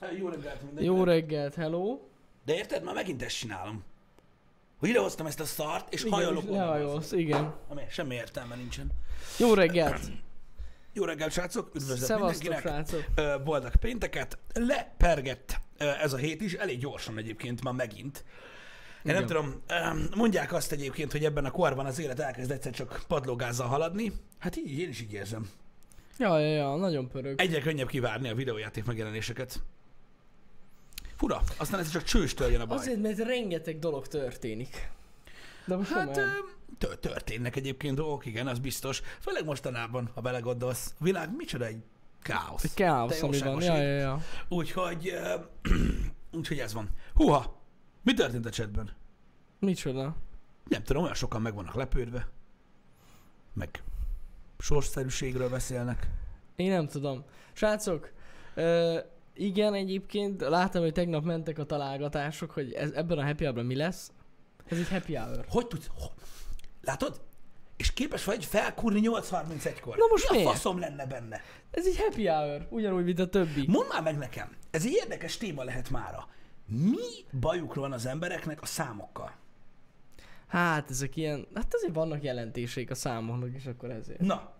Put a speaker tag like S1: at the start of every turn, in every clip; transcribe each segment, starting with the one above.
S1: Hát, Jó reggelt mindenki.
S2: Jó reggelt, hello.
S1: De érted? Már megint ezt csinálom. Hogy idehoztam ezt a szart, és
S2: Igen,
S1: hajolok
S2: és
S1: onnan.
S2: lehajolsz, igen.
S1: Ami semmi értelme nincsen.
S2: Jó reggelt.
S1: Jó reggelt, srácok! Üdvözlök
S2: Szevasztok,
S1: mindenkinek!
S2: srácok.
S1: Ö, Boldog pénteket! Lepergett ö, ez a hét is, elég gyorsan egyébként már megint. Én nem
S2: Igen.
S1: tudom, ö, mondják azt egyébként, hogy ebben a korban az élet elkezd egyszer csak padlógázzal haladni. Hát így, én is így érzem.
S2: Ja, ja, ja, nagyon pörög.
S1: Egyre könnyebb kivárni a videójáték megjelenéseket. Fura, aztán ez csak csőstől jön a baj.
S2: Azért, mert rengeteg dolog történik. De most
S1: Hát
S2: komolyan.
S1: ö, tö- történnek egyébként dolgok, igen, az biztos. Főleg mostanában, ha belegondolsz, a világ micsoda egy káosz.
S2: Egy káosz,
S1: te
S2: ami van.
S1: jóságos
S2: Ja,
S1: ég.
S2: ja, ja.
S1: Úgyhogy, ö, úgyhogy ez van. Húha! Mi történt a chatben?
S2: Micsoda?
S1: Nem tudom, olyan sokan meg vannak lepődve. Meg sorsszerűségről beszélnek.
S2: Én nem tudom. Srácok, ö, igen, egyébként láttam, hogy tegnap mentek a találgatások, hogy ez, ebben a happy hour mi lesz. Ez egy happy hour.
S1: Hogy tudsz? Ho- Látod? És képes vagy felkúrni 8.31-kor.
S2: Na most
S1: Mi a
S2: miért?
S1: faszom lenne benne?
S2: Ez egy happy hour, ugyanúgy, mint a többi.
S1: Mondd már meg nekem, ez egy érdekes téma lehet mára. Mi bajuk van az embereknek a számokkal?
S2: Hát, ezek ilyen, hát azért vannak jelentéseik a számoknak, és akkor ezért.
S1: Na,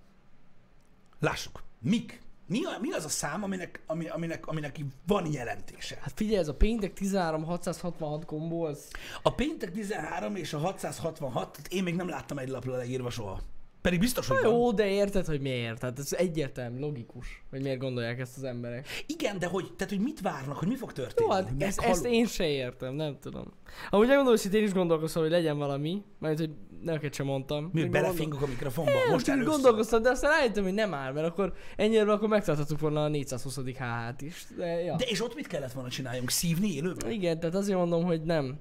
S1: lássuk, mik? Mi, a, mi az a szám, aminek, ami, aminek, aminek így van jelentése?
S2: Hát figyelj, ez a péntek 13666 kombó, az...
S1: A péntek 13 és a 666, tehát én még nem láttam egy lapra leírva soha. Pedig biztos, hogy van.
S2: Jó, de érted, hogy miért? Tehát ez egyértelmű, logikus, hogy miért gondolják ezt az emberek.
S1: Igen, de hogy, tehát, hogy mit várnak, hogy mi fog
S2: Jó,
S1: történni?
S2: hát ezt,
S1: Meghalunk?
S2: ezt én se értem, nem tudom. Amúgy elmondom, hogy én is gondolkoztam, hogy legyen valami, mert hogy neked sem mondtam.
S1: Mi,
S2: Még
S1: hogy belefingok a mikrofonba?
S2: Nem,
S1: Most
S2: Most
S1: először.
S2: gondolkoztam, de aztán rájöttem, hogy nem áll, mert akkor ennyire akkor megtarthattuk volna a 420. HH-t is. De, ja.
S1: De és ott mit kellett volna csináljunk? Szívni élőben?
S2: Igen, tehát azért mondom, hogy nem.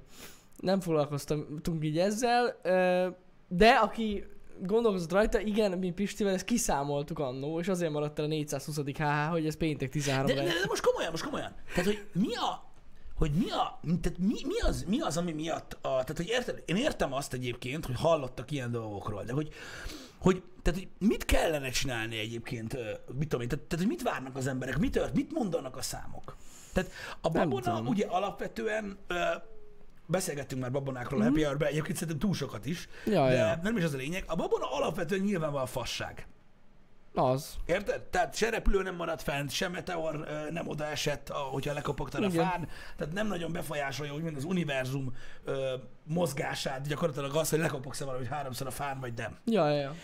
S2: Nem foglalkoztunk így ezzel, ö, de aki gondolkozott rajta, igen, mi Pistivel ezt kiszámoltuk annó, és azért maradt el a 420. HH, hogy ez péntek 13
S1: De, de,
S2: lesz.
S1: de, most komolyan, most komolyan. Tehát, hogy mi a, hogy mi a, tehát mi, mi, az, mi az, ami miatt, a, tehát, hogy érted, én értem azt egyébként, hogy hallottak ilyen dolgokról, de hogy, hogy, tehát, hogy mit kellene csinálni egyébként, ö, mit tudom én, tehát, tehát hogy mit várnak az emberek, mit, tört, mit mondanak a számok? Tehát a
S2: Nem
S1: babona
S2: tudom.
S1: ugye alapvetően ö, beszélgettünk már babonákról a Happy Hour-ben, egyébként szerintem túl sokat is,
S2: Mhm. Ja,
S1: de
S2: ja.
S1: nem is az a lényeg. A babona alapvetően nyilvánvalóan fasság.
S2: Az.
S1: Érted? Tehát se repülő nem maradt fent, se meteor ö, nem odaesett, a- hogyha lekopogtad a
S2: Igen.
S1: fán. Tehát nem nagyon befolyásolja úgymond az univerzum ö, mozgását, gyakorlatilag az, hogy lekopogsz-e valahogy háromszor a fán, vagy nem.
S2: Ja, ja, ja.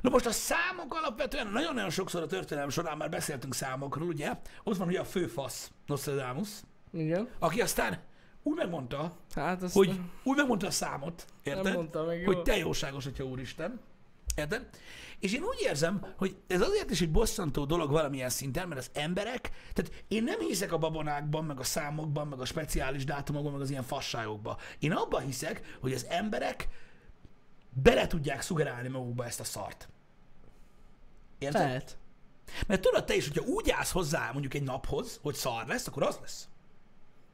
S1: Na most a számok alapvetően nagyon-nagyon sokszor a történelem során már beszéltünk számokról, ugye? Ott van ugye a főfasz, Nostradamus,
S2: Igen.
S1: aki aztán úgy megmondta,
S2: Hát azt
S1: hogy úgy megmondta a számot, érted?
S2: mondta meg jól.
S1: hogy te jóságos, hogyha úristen. Érted? És én úgy érzem, hogy ez azért is egy bosszantó dolog valamilyen szinten, mert az emberek, tehát én nem hiszek a babonákban, meg a számokban, meg a speciális dátumokban, meg az ilyen fasságokban. Én abban hiszek, hogy az emberek bele tudják szugerálni magukba ezt a szart. Érted?
S2: lehet.
S1: Mert tudod te is, hogyha úgy állsz hozzá mondjuk egy naphoz, hogy szar lesz, akkor az lesz.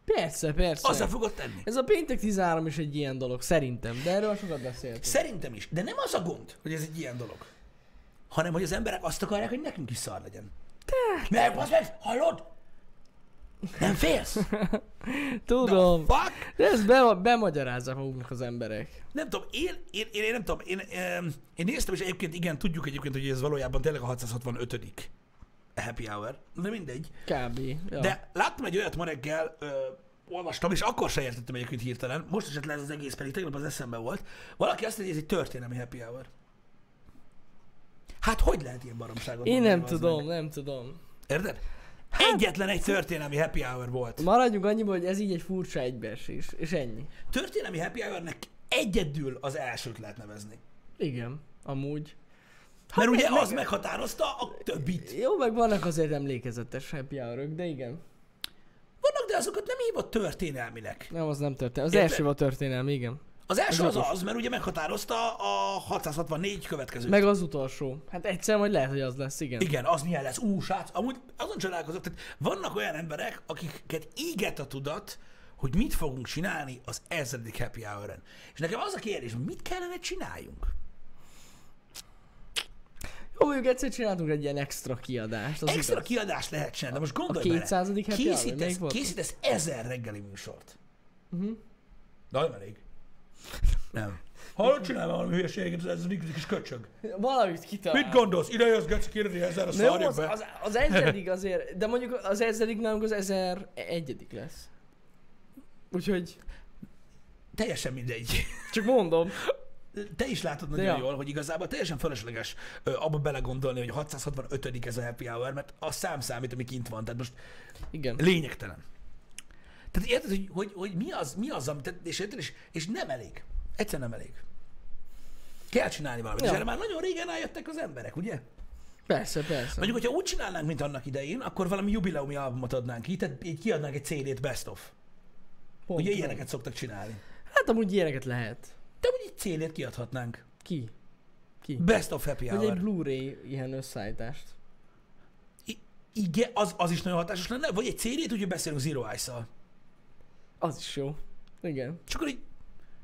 S2: Persze, persze.
S1: Azzal fogod tenni.
S2: Ez a péntek 13 is egy ilyen dolog, szerintem, de erről sokat beszéltünk.
S1: Szerintem is. De nem az a gond, hogy ez egy ilyen dolog. Hanem, hogy az emberek azt akarják, hogy nekünk is szar legyen. Te. Mert az meg, hallod? Nem félsz?
S2: Tudom.
S1: Fuck!
S2: De ezt be, bemagyarázzák maguknak az emberek.
S1: Nem tudom, én, én, én, én nem tudom, én, én, én néztem, és egyébként igen, tudjuk egyébként, hogy ez valójában tényleg a 665 a happy hour, de mindegy.
S2: Kb. Ja.
S1: De láttam egy olyat ma reggel, ö, olvastam, és akkor se értettem egyébként hirtelen, most esett le ez az egész, pedig tegnap az eszembe volt. Valaki azt mondja, hogy ez egy történelmi happy hour. Hát hogy lehet ilyen baromságot
S2: Én
S1: mondani,
S2: nem
S1: bazd meg?
S2: tudom, Hát- nem tudom.
S1: Érted? Egyetlen egy történelmi happy hour volt.
S2: Maradjunk annyiban, hogy ez így egy furcsa egybeesés, és ennyi.
S1: Történelmi happy hournek egyedül az elsőt lehet nevezni.
S2: Igen, amúgy. Hát
S1: Mert ugye az meghatározta a többit.
S2: Jó, meg vannak azért emlékezetes happy hour de igen.
S1: Vannak, de azokat nem hívott történelminek.
S2: Nem, az nem történelmi. Az
S1: Érted?
S2: első a történelmi, igen.
S1: Az első az
S2: jogos.
S1: az, mert ugye meghatározta a 664 következő.
S2: Meg az utolsó. Hát egyszer majd lehet, hogy az lesz, igen.
S1: Igen, az milyen lesz? Ú, srác, amúgy azon csodálkozok, tehát vannak olyan emberek, akiket íget a tudat, hogy mit fogunk csinálni az ezredik happy hour-en. És nekem az a kérdés, hogy mit kellene csináljunk?
S2: Jó, mondjuk egyszer csináltunk egy ilyen extra kiadást. Az
S1: Extra
S2: igaz.
S1: kiadás lehet csinálni, de most gondolj
S2: A
S1: bele.
S2: 200. happy hour,
S1: készítesz,
S2: melyik volt?
S1: készítesz ezer reggeli műsort. Uh-huh. Nagyon elég. Nem. Hallod, csinál valami hülyeséget, ez egy kis köcsög.
S2: Valamit kitalál.
S1: Mit gondolsz? Ide jössz, Geci, kérdi ezerre,
S2: Na jó,
S1: szarjuk
S2: az,
S1: be.
S2: az, az ezredik azért, de mondjuk az ezredik nálunk az ezer egyedik lesz. Úgyhogy
S1: Teljesen mindegy.
S2: csak mondom.
S1: Te is látod nagyon
S2: Ja.
S1: ja. jól, hogy igazából teljesen fölösleges ö, abba belegondolni, hogy 665 ez a happy hour, mert a szám számít, ami kint van. Tehát most
S2: Igen.
S1: lényegtelen. Tehát érted, hogy, hogy, hogy mi az, mi az, amit, tehát- és, érted, és, és nem elég. Egyszer nem elég. Kell csinálni valamit. Ja.
S2: Ja.
S1: És erre már nagyon régen eljöttek az emberek, ugye?
S2: Persze, persze.
S1: Mondjuk, hogyha úgy csinálnánk, mint annak idején, akkor valami jubileumi albumot adnánk ki, tehát így kiadnánk egy CD-t best of.
S2: Pont,
S1: Ugye
S2: pont.
S1: ilyeneket szoktak csinálni.
S2: Hát amúgy ilyeneket lehet.
S1: De úgy egy CD-t kiadhatnánk.
S2: Ki? Ki?
S1: Best of happy
S2: Vagy egy
S1: hour.
S2: Blu-ray ilyen összeállítást.
S1: I- igen, az, az is nagyon hatásos lenne, vagy egy CD-t, ugye beszélünk Zero Ice-szal.
S2: Az is jó. Igen.
S1: Csak akkor így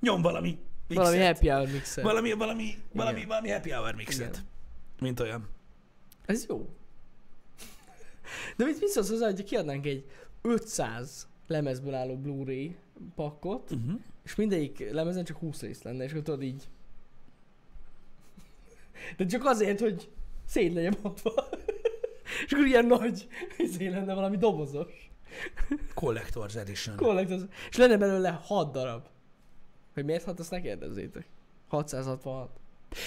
S1: nyom valami mixet.
S2: Valami happy hour mixer.
S1: Valami, valami, valami,
S2: Igen.
S1: valami happy hour mixet.
S2: Igen.
S1: Mint olyan.
S2: Ez jó. De mit viszont hozzá, hogy kiadnánk egy 500 lemezből álló Blu-ray pakkot,
S1: Uh-huh.
S2: és mindegyik lemezen csak 20 rész lenne, és akkor tudod így... De csak azért, hogy szét legyen bontva. és akkor ilyen nagy, izé lenne valami dobozos.
S1: Collector's Edition. Col-
S2: Kollekt az... És lenne belőle 6 darab. Hogy miért hat, azt ne kérdezzétek. 666.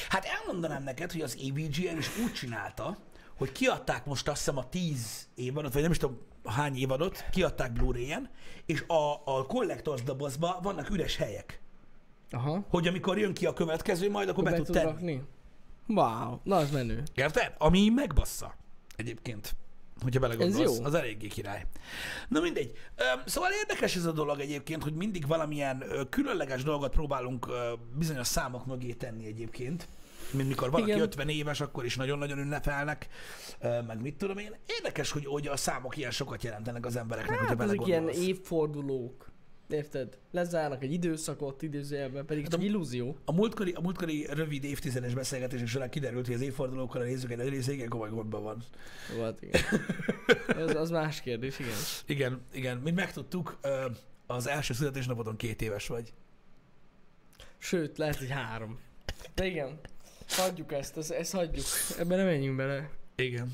S1: hát elmondanám neked, hogy az AVGN is úgy csinálta, hogy kiadták most azt hiszem a 10 évadot, vagy nem is tudom hány évadot, kiadták Blu-ray-en, és a, a Collector's dobozba vannak üres helyek.
S2: Aha.
S1: Hogy amikor jön ki a következő, majd akkor,
S2: Be
S1: be tud
S2: tud
S1: tenni.
S2: rakni? Hát Wow, na az menő.
S1: Érted? Ami bassza. Egyébként. Hogyha belegondolsz,
S2: Ez jó.
S1: az eléggé király. Na mindegy. Öm, Szóval érdekes ez a dolog egyébként, hogy mindig valamilyen ö, különleges dolgot próbálunk ö, bizonyos számok mögé tenni egyébként. Mint mikor valaki
S2: Igen.
S1: Igen. 50 éves, akkor is nagyon-nagyon ünnepelnek, ö, meg mit tudom én. Érdekes, hogy, hogy a számok ilyen sokat jelentenek az embereknek, hát,
S2: Hát
S1: hogyha
S2: ezek ilyen
S1: belegondolsz.
S2: évfordulók. Érted? Lezárnak egy időszakot időzőjelben, pedig csak
S1: a-
S2: illúzió.
S1: A múltkori, a múltkori rövid évtizedes beszélgetések során kiderült, hogy az évfordulókkal a nézők egy része igen komoly gondban van.
S2: Volt, igen. Az, az más kérdés, igen.
S1: Igen, igen. Mint megtudtuk, ö, az első születésnapodon két éves vagy.
S2: Sőt, lehet, hogy három. De igen. Hagyjuk ezt, ezt, ezt hagyjuk. Ebben nem menjünk bele.
S1: Igen.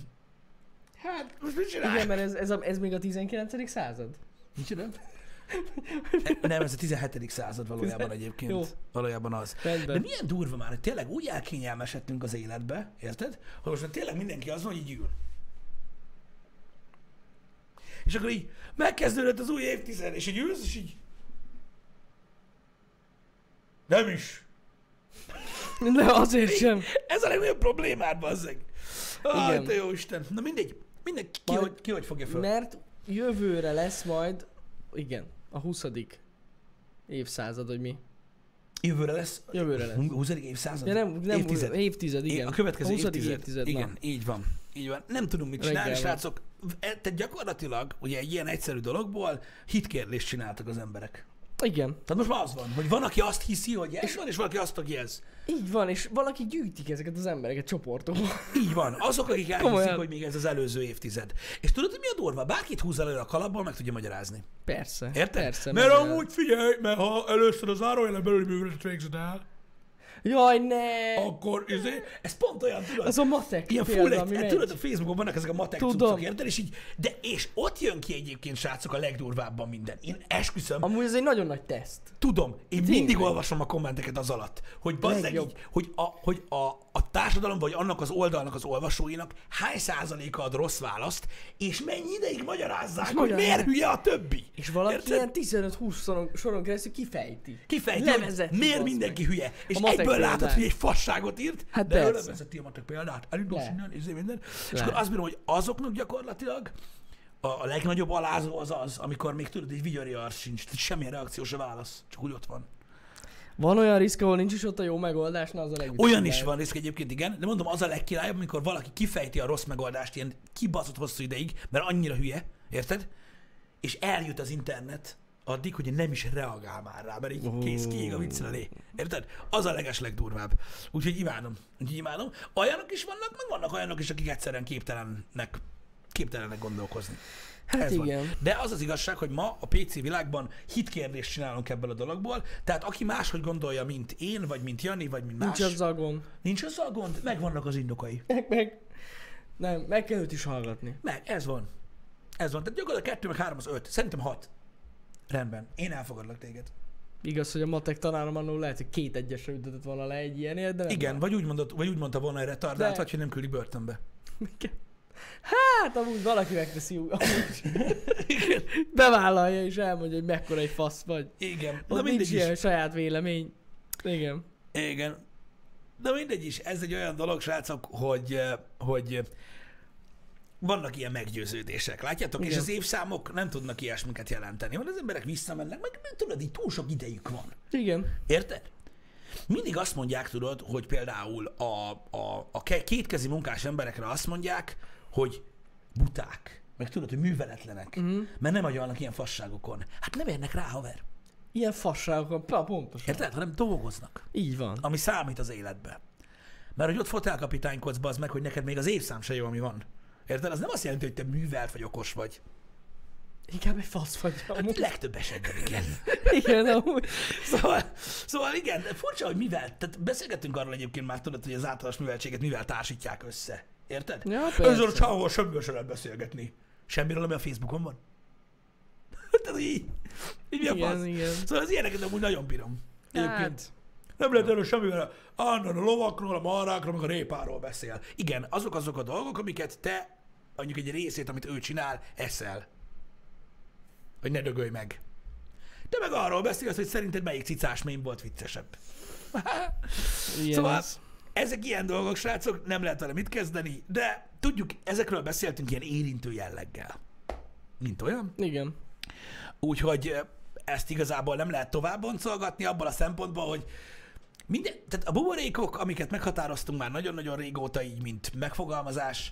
S1: Hát, most mit
S2: Igen,
S1: csinálj?
S2: mert ez, ez, a, ez még a 19. század.
S1: Mit csinál? E, Nem, ez a 17. század valójában egyébként.
S2: Jó.
S1: Valójában az. De
S2: Rendben.
S1: milyen durva már, hogy tényleg úgy elkényelmesedtünk az életbe, érted? Hogy most már tényleg mindenki az van, hogy így ül. És akkor így megkezdődött az új évtized, és így ülsz, és így... Nem is.
S2: De azért sem.
S1: Ez a legnagyobb problémád, bazzeg. Aj,
S2: Igen.
S1: te jó Isten. Na mindegy. Mindenki ki,
S2: Majd-
S1: hogy, ki hogy fogja föl.
S2: Mert jövőre lesz majd, igen, a 20. évszázad, hogy mi.
S1: Jövőre lesz.
S2: Jövőre lesz.
S1: 20. évszázad?
S2: Ja, nem, nem
S1: évtized.
S2: évtized igen.
S1: Igen. A következő
S2: 20.
S1: évtized.
S2: évtized na.
S1: Igen, így van. Így van. Nem tudunk mit
S2: Reggel
S1: csinálni,
S2: van.
S1: srácok. E- Tehát gyakorlatilag, ugye egy ilyen egyszerű dologból hitkérdést csináltak az emberek.
S2: Igen.
S1: Tehát most már az van, hogy van, aki azt hiszi, hogy ez van, és van, aki azt, aki ez.
S2: Így van, és valaki gyűjtik ezeket az embereket csoportokban.
S1: Így van. Azok, akik elhiszik,
S2: Komolyan.
S1: hogy még ez az előző évtized. És tudod, hogy mi a durva? Bárkit húz elő a kalapból, meg tudja magyarázni.
S2: Persze.
S1: Érted?
S2: Persze.
S1: mert
S2: megvan.
S1: amúgy figyelj, mert ha először az árójelen belüli művelet végzed el,
S2: Jaj, ne!
S1: akkor izé, ez pont olyan, tudod,
S2: Az a matek
S1: ilyen
S2: példa,
S1: full
S2: ami
S1: egy, hát
S2: megy.
S1: tudod, a Facebookon vannak ezek a matek
S2: Tudom.
S1: cuccok, érted? És így, de és ott jön ki egyébként, srácok, a legdurvábban minden. Én esküszöm,
S2: Amúgy ez egy nagyon nagy teszt.
S1: tudom, én
S2: Tényleg.
S1: mindig olvasom a kommenteket az alatt, hogy bazzeg így,
S2: Legjobb.
S1: hogy, a, hogy a, a társadalom vagy annak az oldalnak az olvasóinak hány százaléka ad rossz választ, és mennyi ideig magyarázzák, hogy
S2: magyarázzák.
S1: miért hülye a többi.
S2: És valaki
S1: Érted?
S2: ilyen 15-20 soron, soron keresztül kifejti.
S1: Kifejti, hogy
S2: Levezeti,
S1: miért
S2: bazd
S1: mindenki hülye. És
S2: A matek
S1: egyből látod,
S2: példák.
S1: hogy egy fasságot írt,
S2: Hát
S1: de ő
S2: persze.
S1: levezeti a matek példát, elindulsz
S2: Le.
S1: innen, izé minden. És
S2: Le.
S1: akkor azt bírom, hogy azoknak gyakorlatilag a, a legnagyobb alázó az az, amikor még tudod, egy vigyori arc sincs, tehát semmilyen reakció se válasz, csak úgy ott van.
S2: Van olyan risk, ahol nincs is ott a jó megoldás, na az a legjobb.
S1: Olyan is van risk egyébként, igen, de mondom, az a legkirályabb, amikor valaki kifejti a rossz megoldást ilyen kibaszott hosszú ideig, mert annyira hülye, érted? És eljut az internet addig, hogy nem is reagál már rá, mert így
S2: Ó.
S1: kész kiég a viccel elé. Érted? Az a leges legdurvább. Úgyhogy imádom. Úgyhogy imádom. Olyanok is vannak, meg vannak olyanok is, akik egyszerűen képtelennek, képtelenek gondolkozni.
S2: Hát
S1: Ez
S2: igen.
S1: Van. De az az igazság, hogy ma a PC világban hitkérdést csinálunk ebből a dologból, tehát aki máshogy gondolja, mint én, vagy mint Jani, vagy mint más,
S2: Nincs az zagon.
S1: nincs azzal gond, megvannak az indokai.
S2: Meg, meg. Nem, meg kell őt is hallgatni.
S1: Meg, ez van. Ez van. Tehát gyakorlatilag kettő, meg három, az öt. Szerintem hat. Rendben. Én elfogadlak téged.
S2: Igaz, hogy a matek tanárom annól lehet, hogy két egyesre ütetett volna le egy ilyenért, de nem
S1: Igen, vagy úgy, mondott, vagy úgy mondta volna, hogy retardált,
S2: De-
S1: vagy hogy nem küldik börtönbe.
S2: Igen. Hát, amúgy valaki megteszi ú- amúgy. Bevállalja és elmondja, hogy mekkora egy fasz vagy.
S1: Igen.
S2: Ott
S1: Na
S2: nincs
S1: mindegy is.
S2: ilyen saját vélemény. Igen.
S1: Igen. Na mindegy is, ez egy olyan dolog, srácok, hogy, eh, hogy eh, vannak ilyen meggyőződések, látjátok? És
S2: Igen.
S1: az évszámok nem tudnak ilyesmiket jelenteni, mert az emberek visszamennek, meg meg tudod, így túl sok idejük van.
S2: Igen.
S1: Érted? Mindig azt mondják, tudod, hogy például a, a, a ke- kétkezi munkás emberekre azt mondják, hogy buták, meg tudod, hogy műveletlenek, mm. mert nem agyalnak ilyen fasságokon. Hát nem érnek rá, haver.
S2: Ilyen fasságokon, pá, pontosan.
S1: Érted? Hanem dolgoznak
S2: Így van.
S1: ami számít az életbe. Mert hogy ott fotelkapitánykodsz, bazd meg, hogy neked még az évszám se jó, ami van. Érted? Az nem azt jelenti, hogy te művelt vagy okos vagy.
S2: Inkább egy fasz vagy.
S1: Hát
S2: Amúgy.
S1: legtöbb esetben igen.
S2: Igen, amúgy.
S1: Szóval, szóval igen, furcsa, hogy mivel, tehát beszélgettünk arról egyébként már tudod, hogy az általános műveltséget mivel társítják össze. Érted?
S2: Ja, persze.
S1: Ezzel a csávóval semmiről sem lehet beszélgetni. Semmiről, ami a Facebookon van. tehát így, így mi a
S2: Igen,
S1: fasz?
S2: igen.
S1: Szóval az ilyeneket amúgy nagyon bírom. Egyébként.
S2: Hát,
S1: Nem lehet erről semmivel. Állandóan a lovakról, a marhákról, meg a répáról beszél. Igen, azok azok a dolgok, amiket te, mondjuk egy részét, amit ő csinál, eszel. Hogy ne dögölj meg. Te meg arról beszélsz, hogy szerinted melyik cicás mém volt viccesebb.
S2: ilyen
S1: Szóval
S2: ez.
S1: ezek ilyen dolgok, srácok, nem lehet vele mit kezdeni, de tudjuk, ezekről beszéltünk ilyen érintő jelleggel. Mint olyan.
S2: Igen.
S1: Úgyhogy ö, ezt igazából nem lehet tovább boncolgatni abból a szempontból, hogy minden, tehát a buborékok, amiket meghatároztunk már nagyon-nagyon régóta így, mint megfogalmazás,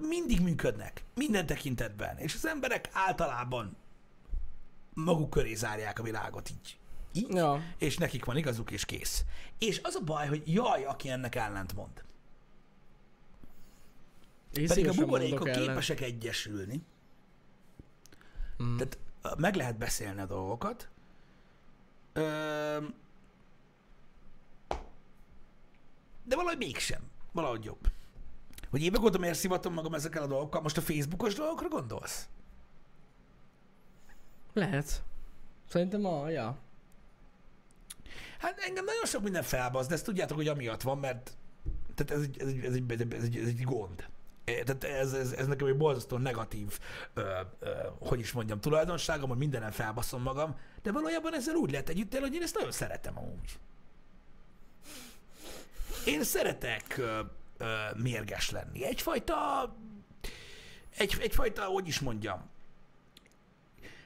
S1: mindig működnek, minden tekintetben, és az emberek általában maguk köré zárják a világot így. így
S2: Ja.
S1: És nekik van igazuk, és kész. És az a baj, hogy jaj, aki ennek ellent mond.
S2: Én
S1: Pedig a
S2: szívesen mondok
S1: buborékok
S2: ellen.
S1: képesek egyesülni.
S2: Hmm.
S1: Mm. Tehát ö, meg lehet beszélni a dolgokat. Öm, de valahogy mégsem. Valahogy jobb. Hogy évek óta miért szivatom magam ezekkel a dolgokkal? Most a Facebookos dolgokra gondolsz?
S2: Lehet. Szerintem a, ja.
S1: Hát engem nagyon sok minden felbasz, de ezt tudjátok, hogy amiatt van, mert tehát ez egy, ez egy, ez egy, ez egy, ez egy gond. É, Tehát ez, ez, ez nekem egy borzasztó negatív, ö, ö, hogy is mondjam, tulajdonságom, hogy mindenen felbaszom magam, de valójában ezzel úgy lehet együtt élni, hogy én ezt nagyon szeretem amúgy. Én szeretek ö, ö, mérges lenni. Egyfajta, egy, egyfajta, hogy is mondjam,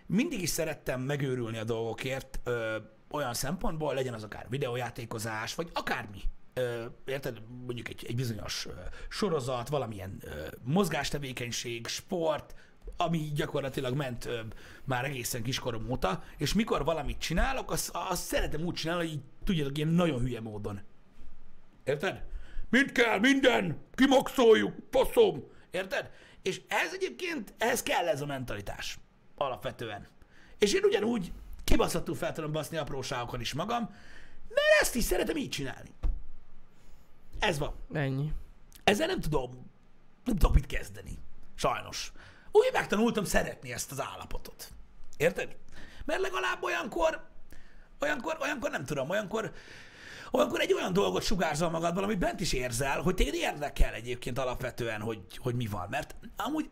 S1: mindig is szerettem megőrülni a dolgokért ö, olyan szempontból, legyen az akár videójátékozás, vagy akármi. Ö, érted? Mondjuk egy, egy bizonyos ö, sorozat, valamilyen ö, mozgástevékenység, sport, ami gyakorlatilag ment ö, már egészen kiskorom óta, és mikor valamit csinálok, azt, azt szeretem úgy csinálni, hogy így, tudjátok, ilyen nagyon hülye módon. Érted? Mind kell, minden, kimaxoljuk, faszom. Érted? És ez egyébként, ehhez kell ez a mentalitás. Alapvetően. És én ugyanúgy kibaszottul fel tudom baszni apróságokon is magam, mert ezt is szeretem így csinálni. Ez van.
S2: Ennyi.
S1: Ezzel nem tudom, nem tudok mit kezdeni. Sajnos. Úgy megtanultam szeretni ezt az állapotot. Érted? Mert legalább olyankor, olyankor, olyankor nem tudom, olyankor, olyankor egy olyan dolgot sugárzol magadban, amit bent is érzel, hogy téged érdekel egyébként alapvetően, hogy, hogy mi van. Mert amúgy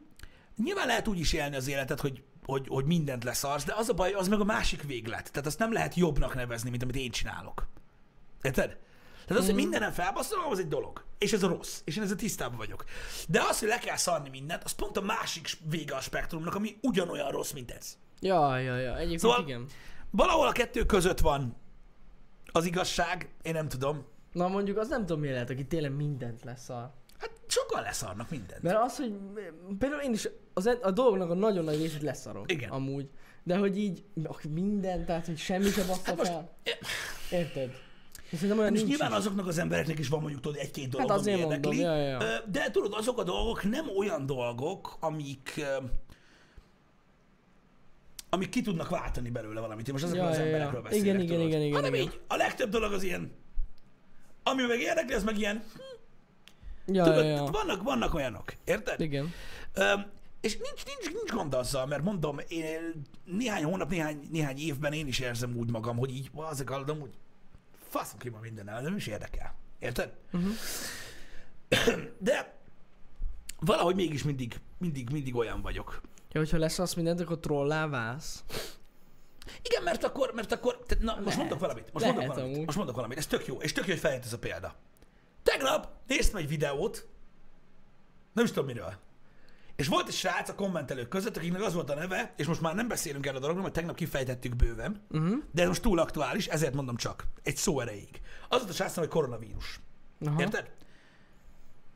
S1: nyilván lehet úgy is élni az életet, hogy hogy, hogy mindent leszarsz, de az a baj, az meg a másik véglet. Tehát azt nem lehet jobbnak nevezni, mint amit én csinálok. Érted? Tehát az, hogy mindenen felbaszolom, az egy dolog. És ez a rossz. És én ezzel tisztában vagyok. De az, hogy le kell szarni mindent, az pont a másik s- vége a spektrumnak, ami ugyanolyan rossz, mint ez.
S2: Ja, ja, ja. Egyébként
S1: Szóval-
S2: szóval... igen.
S1: Valahol a kettő között van az igazság, én nem tudom.
S2: Na mondjuk az nem tudom mi lehet, aki tényleg mindent lesz a...
S1: Hát sokan leszarnak mindent.
S2: Mert az, hogy például én is az, a dolognak a nagyon nagy részét leszarom.
S1: Igen.
S2: Amúgy. De hogy így ak- minden, tehát hogy semmi se bassza
S1: Hát most-
S2: fel. Érted? És szerintem olyan
S1: És
S2: nincs
S1: nyilván
S2: is.
S1: azoknak az embereknek is van mondjuk tudod egy-két dolog, hát
S2: azért
S1: ami
S2: mondom,
S1: érdekli.
S2: ja, ja, ja.
S1: Ö, De tudod, azok a dolgok nem olyan dolgok, amik ö, amik ki tudnak váltani belőle valamit. Én most ezekről
S2: Ja,
S1: az
S2: ja, ja.
S1: emberekről
S2: Igen,
S1: beszélek,
S2: igen,
S1: tudod.
S2: igen, igen,
S1: Hanem
S2: igen.
S1: így, a legtöbb dolog az ilyen, ami meg érdekli, az meg ilyen,
S2: Ja,
S1: tudod, hát
S2: ja, ja.
S1: vannak, vannak olyanok, érted?
S2: Igen.
S1: Öm, és nincs, nincs, nincs gond azzal, mert mondom, én néhány hónap, néhány, néhány évben én is érzem úgy magam, hogy így azok hallom, úgy faszom ki ma minden el, nem is érdekel. Érted? Uh-huh. De valahogy mégis mindig, mindig, mindig olyan vagyok.
S2: Ja, hogyha lesz az mindent, akkor trollá válsz.
S1: Igen, mert akkor, mert akkor, tehát, na, most
S2: Lehet.
S1: mondok valamit, most
S2: Lehet
S1: mondok valamit,
S2: amúgy.
S1: most mondok valamit, ez tök jó, és tök jó, hogy feljött ez a példa. Tegnap néztem egy videót, nem is tudom miről. És volt egy srác a kommentelők között, akinek az volt a neve, és most már nem beszélünk erről a dologról, mert tegnap kifejtettük bőven,
S2: Mhm.
S1: uh-huh. de ez most túl aktuális, ezért mondom csak, egy szó erejéig. Az volt a srác, hogy koronavírus.
S2: Aha.
S1: Érted?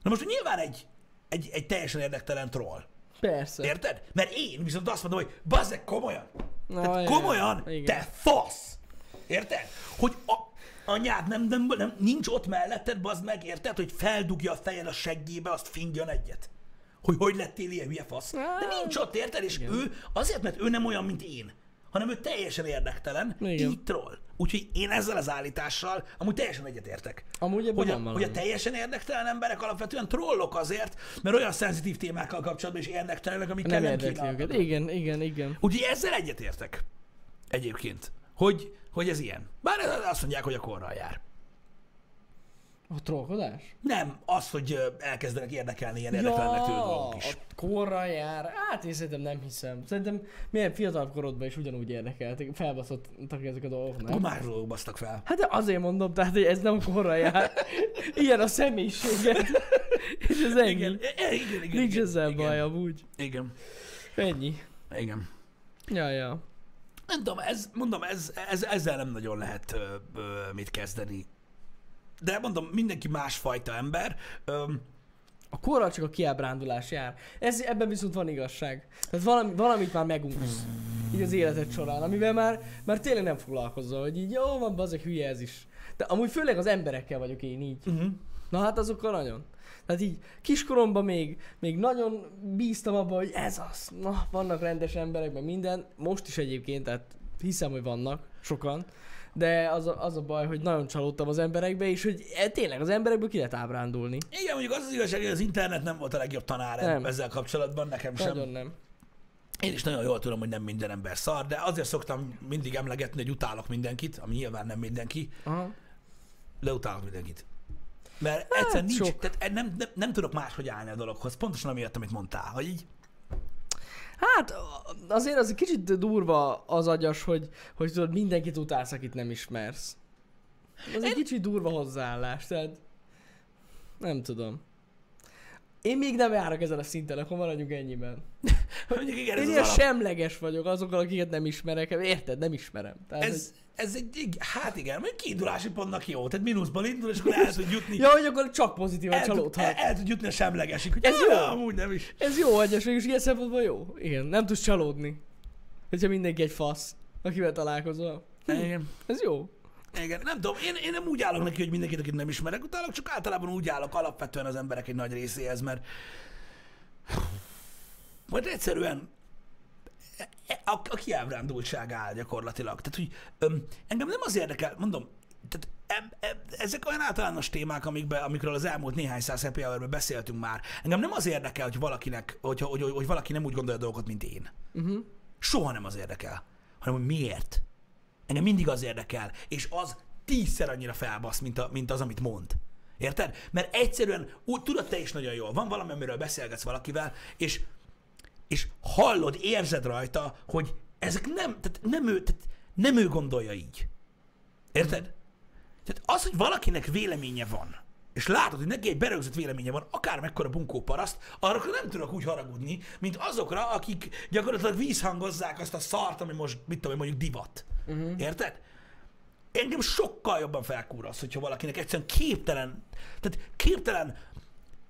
S1: Na most nyilván egy, egy, egy teljesen érdektelen troll.
S2: Persze.
S1: Érted? Mert én viszont azt mondom, hogy bazzeg, komolyan.
S2: Na,
S1: Tehát
S2: ja,
S1: komolyan,
S2: igen.
S1: te fasz! Érted? Hogy a, anyád nem, nem, nem, nincs ott melletted, bazd meg, érted? Hogy feldugja a fejed a seggébe, azt fingjon egyet. Hogy hogy lettél ilyen hülye fasz. De nincs ott, érted? És ő azért, mert ő nem olyan, mint én, hanem ő teljesen érdektelen,
S2: Igen.
S1: így troll. Úgyhogy én ezzel az állítással amúgy teljesen egyetértek.
S2: Amúgy ebben
S1: Hogy a,
S2: van
S1: hogy a
S2: valami.
S1: teljesen érdektelen emberek alapvetően trollok azért, mert olyan szenzitív témákkal kapcsolatban is érdektelenek, amikkel
S2: Nem
S1: nem,
S2: érdekli
S1: kínálnak.
S2: őket. Igen, igen, igen.
S1: Úgyhogy ezzel egyetértek egyébként, hogy, hogy ez ilyen. Bár ez- azt mondják, hogy a korral jár.
S2: A trollkodás?
S1: Nem az, hogy ö, elkezdenek érdekelni ilyen érdekelenek tűnő dolgok is.
S2: a korra jár. Hát én szerintem nem hiszem. Szerintem milyen fiatalabb korodban is ugyanúgy érdekeltek, felbaszottak ezek a dolgok, nem?
S1: Már dolgok basztak fel.
S2: Hát de azért mondom, tehát hogy ez nem korra jár. Ilyen a személyiséged. És ez ennyi.
S1: Igen, igen, igen. igen
S2: Nincs
S1: igen,
S2: ezzel
S1: igen,
S2: baj amúgy.
S1: Igen,
S2: Ennyi.
S1: igen.
S2: Ja, ja.
S1: Nem tudom, ez, mondom, ez, ez, ezzel nem nagyon lehet ö, ö, mit kezdeni. De mondom, mindenki másfajta ember. Ö,
S2: A korral csak a kiábrándulás jár. Ez, ebben viszont van igazság. Tehát valami, valamit már megunsz. Így az életed során, amivel már, már tényleg nem foglalkozol, hogy így jó van, bazeg hülye ez is. De amúgy főleg az emberekkel vagyok én így.
S1: uh-huh.
S2: Na hát azokkal nagyon. Tehát így kiskoromban még, még nagyon bíztam abban, hogy ez az. Na, vannak rendes emberek, meg minden. Most is egyébként, tehát hiszem, hogy vannak sokan. De az a, az a baj, hogy nagyon csalódtam az emberekbe, és hogy e, tényleg az emberekből ki lehet ábrándulni.
S1: Igen, mondjuk az az igazság, hogy az internet nem volt a legjobb tanár
S2: Nem.
S1: ezzel kapcsolatban, nekem sem.
S2: Nagyon nem.
S1: Én is nagyon jól tudom, hogy nem minden ember szar, de azért szoktam mindig emlegetni, hogy utálok mindenkit, ami nyilván nem mindenki,
S2: Aha.
S1: de utálok mindenkit. Mert egyszer nincs,
S2: Hát sok.
S1: tehát e- nem, nem, nem tudok máshogy állni a dologhoz, pontosan amiatt, amit mondtál, hogy így,
S2: Hát azért az egy kicsit durva az agyas, hogy, hogy tudod, mindenkit utálsz, akit nem ismersz. Az egy kicsit durva hozzáállás, tehát nem tudom. Én még nem járok ezen a szinten, akkor maradjunk ennyiben.
S1: mondjuk igen, ez
S2: Én
S1: az
S2: ilyen
S1: alap,
S2: semleges vagyok azokkal, akiket nem ismerek. Érted? Nem ismerem. Tehát,
S1: ez, ez egy, ig- hát igen, mondjuk kiindulási pontnak jó, tehát mínuszból indul, és akkor el tud jutni,
S2: hogy... Ja, hogy akkor csak pozitívan
S1: el, tud, el,
S2: csalódhat.
S1: el tud jutni a semlegesig, hogy
S2: Ez
S1: "Á,
S2: jó.
S1: amúgy nem is.
S2: Ez jó agyas, mégis ilyen szempontból jó. Igen, nem tudsz csalódni. Hogyha mindenki egy fasz, akivel találkozol.
S1: Igen.
S2: Ez jó.
S1: Igen, nem tudom, én, én nem úgy állok neki, hogy mindenkit, akit nem ismerek, utálok, csak általában úgy állok alapvetően az emberek egy nagy részéhez, mert majd egyszerűen e, a, a kiábrándultság áll gyakorlatilag. Tehát, hogy öm, engem nem az érdekel, mondom, tehát em, em, ezek olyan általános témák, amikbe, amikről az elmúlt néhány száz happy hour beszéltünk már. Engem nem az érdekel, hogy valakinek, hogy, hogy, hogy, hogy valaki nem úgy gondolja a dolgot, mint én.
S2: Uh-huh.
S1: Soha nem az érdekel, hanem hogy miért. Engem mindig az érdekel, és az tízszer annyira felbasz, mint, a, mint az, amit mond. Érted? Mert egyszerűen, úgy tudod te is nagyon jól, van valami, amiről beszélgetsz valakivel, és, és hallod, érzed rajta, hogy ezek nem, tehát nem ő, tehát nem ő gondolja így. Érted? Tehát az, hogy valakinek véleménye van, és látod, hogy neki egy berögzött véleménye van, akár mekkora bunkó paraszt, arra nem tudok úgy haragudni, mint azokra, akik gyakorlatilag vízhangozzák azt a szart, ami most, mit tudom én, mondjuk divat. Uh-huh. Érted? Engem sokkal jobban felkúr az, hogyha valakinek egyszerűen képtelen, tehát képtelen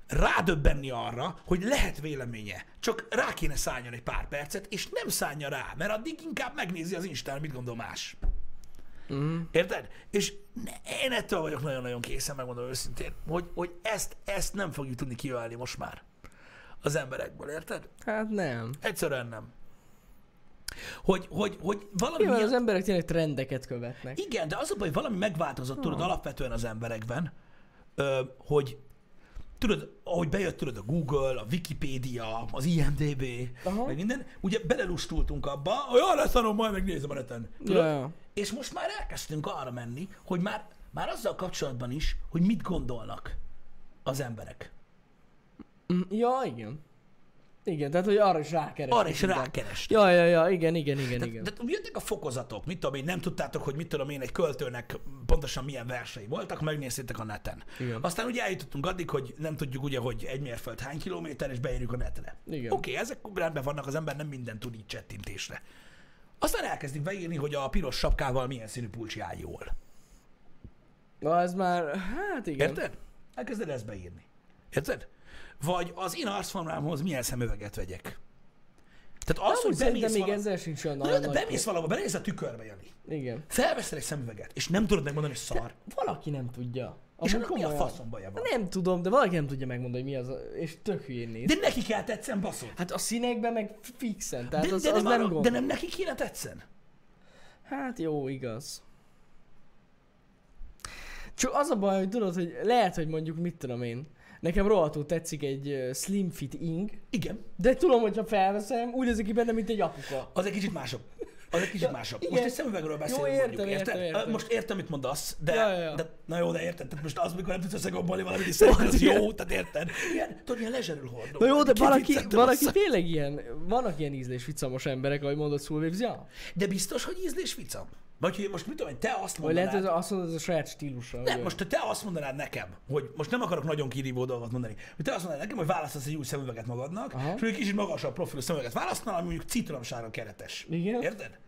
S1: rádöbbenni arra, hogy lehet véleménye, csak rá kéne szálljon egy pár percet, és nem szállja rá, mert addig inkább megnézi az Instán, mit gondol más. Mm. Érted? És ne- én ettől vagyok nagyon-nagyon készen, megmondom őszintén, hogy, hogy ezt, ezt nem fogjuk tudni kiölni most már az emberekből, érted?
S2: Hát nem.
S1: Egyszerűen nem. Hogy, hogy, hogy valami
S2: Nyilván
S1: miatt-
S2: az emberek tényleg trendeket követnek.
S1: igen, de az a baj, valami megváltozott,
S2: Hm.
S1: tudod, alapvetően az emberekben, ö, hogy tudod, ahogy bejött, tudod, a Google, a Wikipedia, az IMDB,
S2: Aha.
S1: meg minden, ugye belelustultunk abba, hogy arra szarom, majd megnézem a neten. Tudod?
S2: Ja, ja.
S1: És most már elkezdtünk arra menni, hogy már, már azzal kapcsolatban is, hogy mit gondolnak az emberek.
S2: Mm, Ja, igen. Igen, tehát hogy arra is rákeres.
S1: Arra is rákerestek.
S2: Ja, ja, ja, igen, igen, igen,
S1: Tehát,
S2: igen.
S1: de jöttek a fokozatok, mit tudom én, nem tudtátok, hogy mit tudom én, egy költőnek pontosan milyen versei voltak, megnéztétek a neten.
S2: Igen.
S1: Aztán ugye eljutottunk addig, hogy nem tudjuk ugye, hogy egy mérföld hány kilométer, és beírjuk a netre.
S2: Igen.
S1: Oké, okay, ezek rendben vannak, az ember nem minden tud így csettintésre. Aztán elkezdik beírni, hogy a piros sapkával milyen színű pulcsi áll jól.
S2: Na, ez már, hát igen.
S1: Érted? Elkezded ezt beírni. Érted? Vagy az én arcfamrámhoz milyen szemüveget vegyek. Tehát az,
S2: Amúgy
S1: hogy
S2: szerintem
S1: bemész,
S2: még
S1: vala...
S2: ezzel sincs olyan
S1: Na,
S2: nagyon
S1: de
S2: nagy
S1: bemész valahova, benéz a tükörbe, Jani.
S2: kép. Igen.
S1: Felveszel egy szemüveget, és nem tudod megmondani, hogy szar.
S2: Valaki nem tudja.
S1: És
S2: Amúgy
S1: annak mi a
S2: komolyan.
S1: faszom baja van?
S2: Nem tudom, de valaki nem tudja megmondani, hogy mi az, a- és tök hülyén néz.
S1: De neki kell tetszen, baszod.
S2: Hát a színekben meg fixen, tehát
S1: de,
S2: az,
S1: de,
S2: az
S1: nem
S2: nem
S1: arra-
S2: gond.
S1: de nem neki kéne tetszen?
S2: Hát jó, igaz. Csak az a baj, hogy tudod, hogy lehet, hogy mondjuk mit tudom én. Nekem rohadtul tetszik egy ö, slim fit ing,
S1: Igen.
S2: de tudom, hogyha felveszem, úgy nézik ki benne, mint egy apuka.
S1: Az egy kicsit másabb. Az egy kicsit másabb. Most
S2: igen.
S1: egy szemüvegről beszélünk,
S2: értem,
S1: mondjuk,
S2: értem,
S1: érted?
S2: értem.
S1: Ö, Most értem, mit mondasz, de,
S2: Ja, ja, ja.
S1: de na jó, de érted. Tehát most az, mikor nem tudsz összegombolni valamit, és szerinted az
S2: igen.
S1: jó, tehát érted? Ilyen, tudod, ilyen lezserül hordó.
S2: Na jó, de
S1: Ki
S2: valaki,
S1: viccente
S2: valaki
S1: bassza.
S2: tényleg ilyen, vannak ilyen ízlés viccamos emberek, ahogy mondod, Szulvébz, ja.
S1: De biztos, hogy ízlés vicam? Vagy hogy most mit tudom, én, te azt
S2: Vagy lehet,
S1: mondanád,
S2: hogy azt mondod, ez a saját stílusa.
S1: Nem, most te azt mondanád nekem, hogy most nem akarok nagyon kirívó dolgot mondani, hogy te azt mondanád nekem, hogy választasz egy új szemüveget magadnak, Aha.
S2: Aha.
S1: és hogy egy kicsit magasabb profilú szemüveget választanál, ami mondjuk citromsáron keretes.
S2: Igen.
S1: Érted?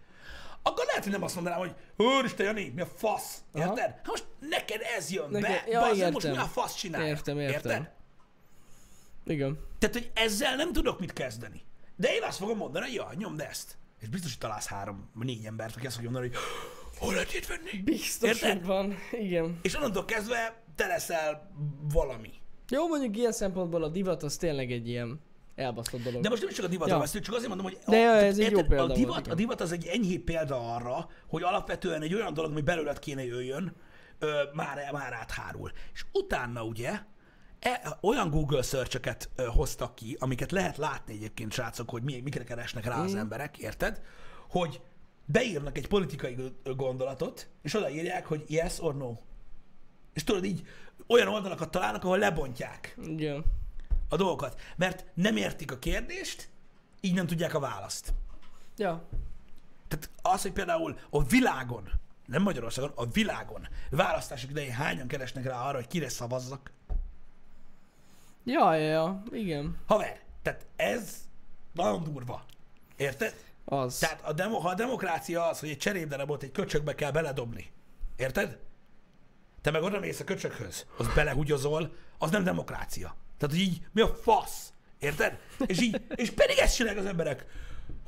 S1: Akkor lehet, hogy nem azt mondanám, hogy Úristen, Jani, mi a fasz?
S2: Aha.
S1: Érted? Hát most neked ez jön
S2: Neked-
S1: be,
S2: ja,
S1: ja, most mi
S2: értem.
S1: a fasz csinál?
S2: Értem, értem.
S1: Érted?
S2: Igen.
S1: Tehát, hogy ezzel nem tudok mit kezdeni. De én azt fogom mondani, hogy ja, nyomd ezt. És biztos, hogy találsz három, négy embert, aki azt fogja mondani, hogy hol lehet itt venni?
S2: Biztos,
S1: Érted?
S2: hogy van. Igen.
S1: És onnantól kezdve te leszel valami.
S2: Jó, mondjuk ilyen szempontból a divat az tényleg egy ilyen elbaszott dolog.
S1: De most nem is csak a divatról
S2: Ja.
S1: beszélünk, csak azért mondom, hogy
S2: De jó,
S1: tehát
S2: ez egy jó
S1: érted,
S2: példa
S1: a,
S2: volt,
S1: divat, a
S2: igen.
S1: divat az egy enyhébb példa arra, hogy alapvetően egy olyan dolog, ami belőled kéne jöjjön, ö, már, már áthárul. És utána ugye e, olyan Google search-eket ö, hoztak ki, amiket lehet látni egyébként, srácok, hogy mi, mikre keresnek rá az emberek, érted? Hogy beírnak egy politikai ö, gondolatot, és odaírják, hogy yes or no. És tudod, így olyan oldalakat találnak, ahol lebontják
S2: Igen.
S1: a dolgokat, mert nem értik a kérdést, így nem tudják a választ.
S2: Ja.
S1: Tehát az, hogy például a világon, nem Magyarországon, a világon választások idején hányan keresnek rá arra, hogy kire szavazzak.
S2: Ja, ja, ja. Igen.
S1: Haver, tehát ez nagyon durva. Érted?
S2: Az.
S1: Tehát a demo, ha a demokrácia az, hogy egy cserépdarabot egy köcsökbe kell beledobni. Érted? Te meg oda mész a köcsökhöz, az belehugyozol, az nem demokrácia. Tehát, hogy így, mi a fasz? Érted? És így, és pedig ezt csinálják az emberek.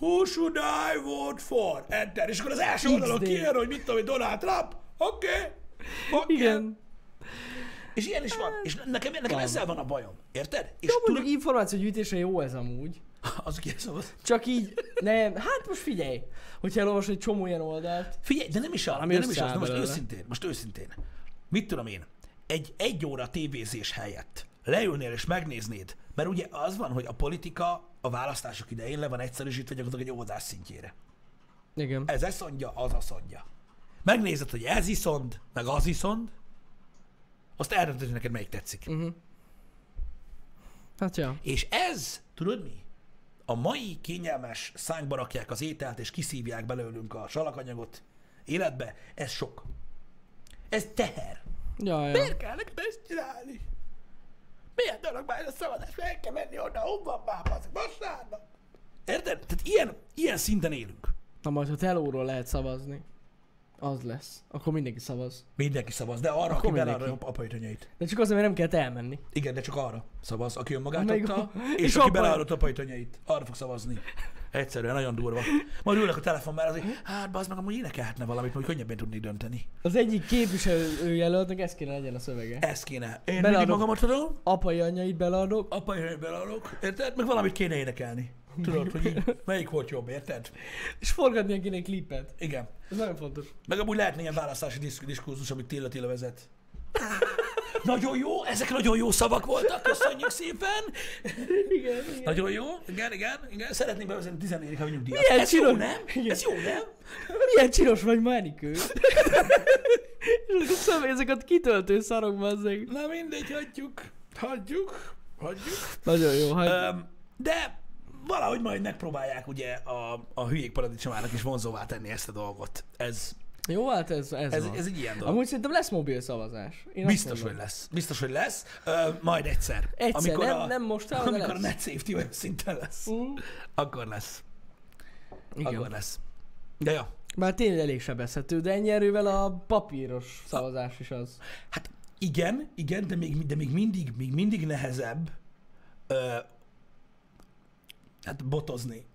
S1: Who should I vote for? Enter. És akkor az első oldalon
S2: XD.
S1: kijön, hogy mit tudom, hogy Donald Trump? Oké. Okay. Okay.
S2: Igen.
S1: És ilyen is van. És nekem, nekem
S2: Van.
S1: ezzel van a bajom. Érted? És
S2: Jó,
S1: tudod, szóval-
S2: mondjuk információgyűjtése jó ez amúgy.
S1: azok ilyen szavaz.
S2: Csak így, nem, hát most figyelj, hogyha elolvasod egy csomó ilyen oldalt.
S1: Figyelj, de nem is az,
S2: Valami
S1: de nem is az,
S2: összeáll
S1: de most
S2: belőle.
S1: őszintén, most őszintén. Mit tudom én, egy egy óra tévézés helyett leülnél és megnéznéd, mert ugye az van, hogy a politika a választások idején le van egyszerűsítve gyakorlatilag egy óvodás szintjére.
S2: Igen.
S1: Ez ezt mondja, az azt mondja. Megnézed, hogy ez iszond, meg az iszond, azt eldöntöd, hogy neked melyik tetszik.
S2: Hát ja.
S1: És ez, tudod mi? A mai kényelmes szánkba rakják az ételt, és kiszívják belőlünk a salakanyagot életbe, ez sok. Ez teher.
S2: Ja, ja.
S1: Miért kell neked ezt csinálni? Milyen dolog már ez a szabadás? Miért kell menni oda, hol van már, az vasárnap? Érted? Tehát ilyen, ilyen szinten élünk.
S2: Na majd, ha telóról lehet szavazni. Az lesz. Akkor mindenki szavaz.
S1: Mindenki szavaz, de arra,
S2: Akkor
S1: aki belárja
S2: mindenki.
S1: apai tönyeit.
S2: De csak azért, mert nem kellett elmenni.
S1: Igen, de csak arra szavaz, aki önmagát
S2: Amíg-
S1: adta, és,
S2: és
S1: aki
S2: apa-
S1: belárult apai tönyeit. Arra fog szavazni. Egyszerűen, nagyon durva. Majd ülnek a telefon mellett, hogy hát bazd meg, amúgy énekelhetne valamit, hogy könnyebben tudnék dönteni.
S2: Az egyik képviselőjelöltnek ez kéne legyen a szövege.
S1: Ez kéne. Én mindig
S2: Beleadok.
S1: magamat adom,
S2: Apai anyait beladok.
S1: apai tönyeit belárulok, érted? Meg valamit kéne énekelni. Tudod, hogy így, melyik volt jobb, érted?
S2: És forgatni kéne egy klipet.
S1: Igen.
S2: Ez nagyon fontos.
S1: Meg amúgy lehetne ilyen választási diszk- diskurzus, amit Tilla Tilla vezet. Nagyon jó, ezek nagyon jó szavak voltak, köszönjük szépen.
S2: Igen, igen.
S1: Nagyon jó, igen, igen, igen. Szeretném bevezetni 14 havnyú díjat.
S2: Milyen
S1: Ez jó,
S2: csinos-
S1: nem?
S2: Igen.
S1: Ez jó, nem?
S2: Milyen csinos vagy Mánikő? és akkor szem, ezek a kitöltő szarok bazzeg.
S1: Na mindegy, hagyjuk. Hagyjuk. Hagyjuk.
S2: Nagyon jó, hagyd.
S1: Öm, de valahogy majd megpróbálják ugye a, a hülyék paradicsomának is vonzóvá tenni ezt a dolgot. Ez,
S2: jó, hát ez, ez,
S1: ez,
S2: van.
S1: ez egy ilyen dolog.
S2: Amúgy szerintem lesz mobil szavazás. Én azt
S1: Biztos, hogy
S2: mondom.
S1: lesz. Biztos, hogy lesz. Ö, majd egyszer.
S2: Egyszer,
S1: amikor
S2: nem,
S1: a,
S2: nem most, de
S1: amikor a
S2: lesz.
S1: net safety olyan szinten lesz.
S2: Mm.
S1: Akkor lesz.
S2: Igen.
S1: Akkor lesz. De jó.
S2: Már tényleg elég sebezhető, de ennyi erővel a papíros szavazás is az.
S1: Hát igen, igen, de még, de még, mindig, még mindig nehezebb ö, hát botozni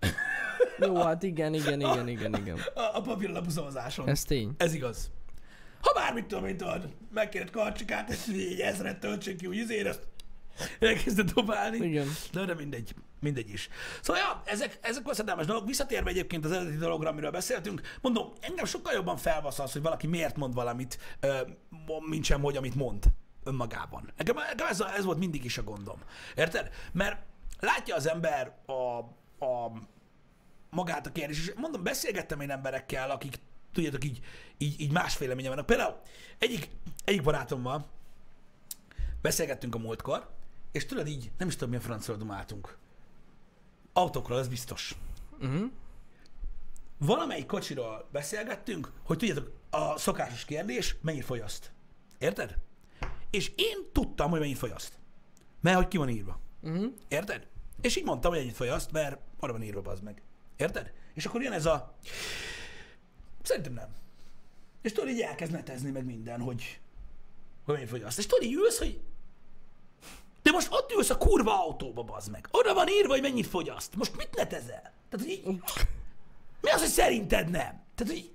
S2: Jó, hát igen, igen, igen, igen, igen.
S1: a, a papírlapú szavazáson. Ez.
S2: Ez tény.
S1: Ez igaz. Ha bármit tudom, mint tudod, megkéred karcsikát, és így egy ezret töltsék ki úgy izére, azt elkezded dobálni.
S2: Igen.
S1: De, de mindegy, mindegy is. Szóval, ja, ezek, ezek veszedelmes dolgok. Visszatérve egyébként az eredeti dologra, amiről beszéltünk, mondom, engem sokkal jobban felbasz az, hogy valaki miért mond valamit, ö, mint sem, hogy amit mond önmagában. Nekem, nekem ez, a- ez volt mindig is a gondom. Érted? Mert látja az ember a, a magát a kérdés, és mondom, beszélgettem én emberekkel, akik tudjátok, így, így, így más véleménye vannak. Például egyik, egyik barátommal, beszélgettünk a múltkor, és tudod így, nem is tudom, milyen francról dumáltunk. Autókról, ez biztos.
S2: Uh-huh.
S1: Valamelyik kocsiról beszélgettünk, hogy tudjátok, a szokásos kérdés, mennyit fogyaszt. Érted? És én tudtam, hogy mennyit fogyaszt. Mert hogy ki van írva.
S2: Uh-huh.
S1: Érted? És így mondtam, hogy ennyit fogyaszt, mert arra van írva, az meg. Érted? És akkor jön ez a... Szerintem nem. És tudod, így elkezd netezni meg minden, hogy... Hogy mennyit fogyaszt. És tudod, így ülsz, hogy... De most ott ülsz a kurva autóba, bazd meg. Oda van írva, hogy mennyit fogyaszt. Most mit netezel? Tehát, hogy így... Mi az, hogy szerinted nem? Tehát, hogy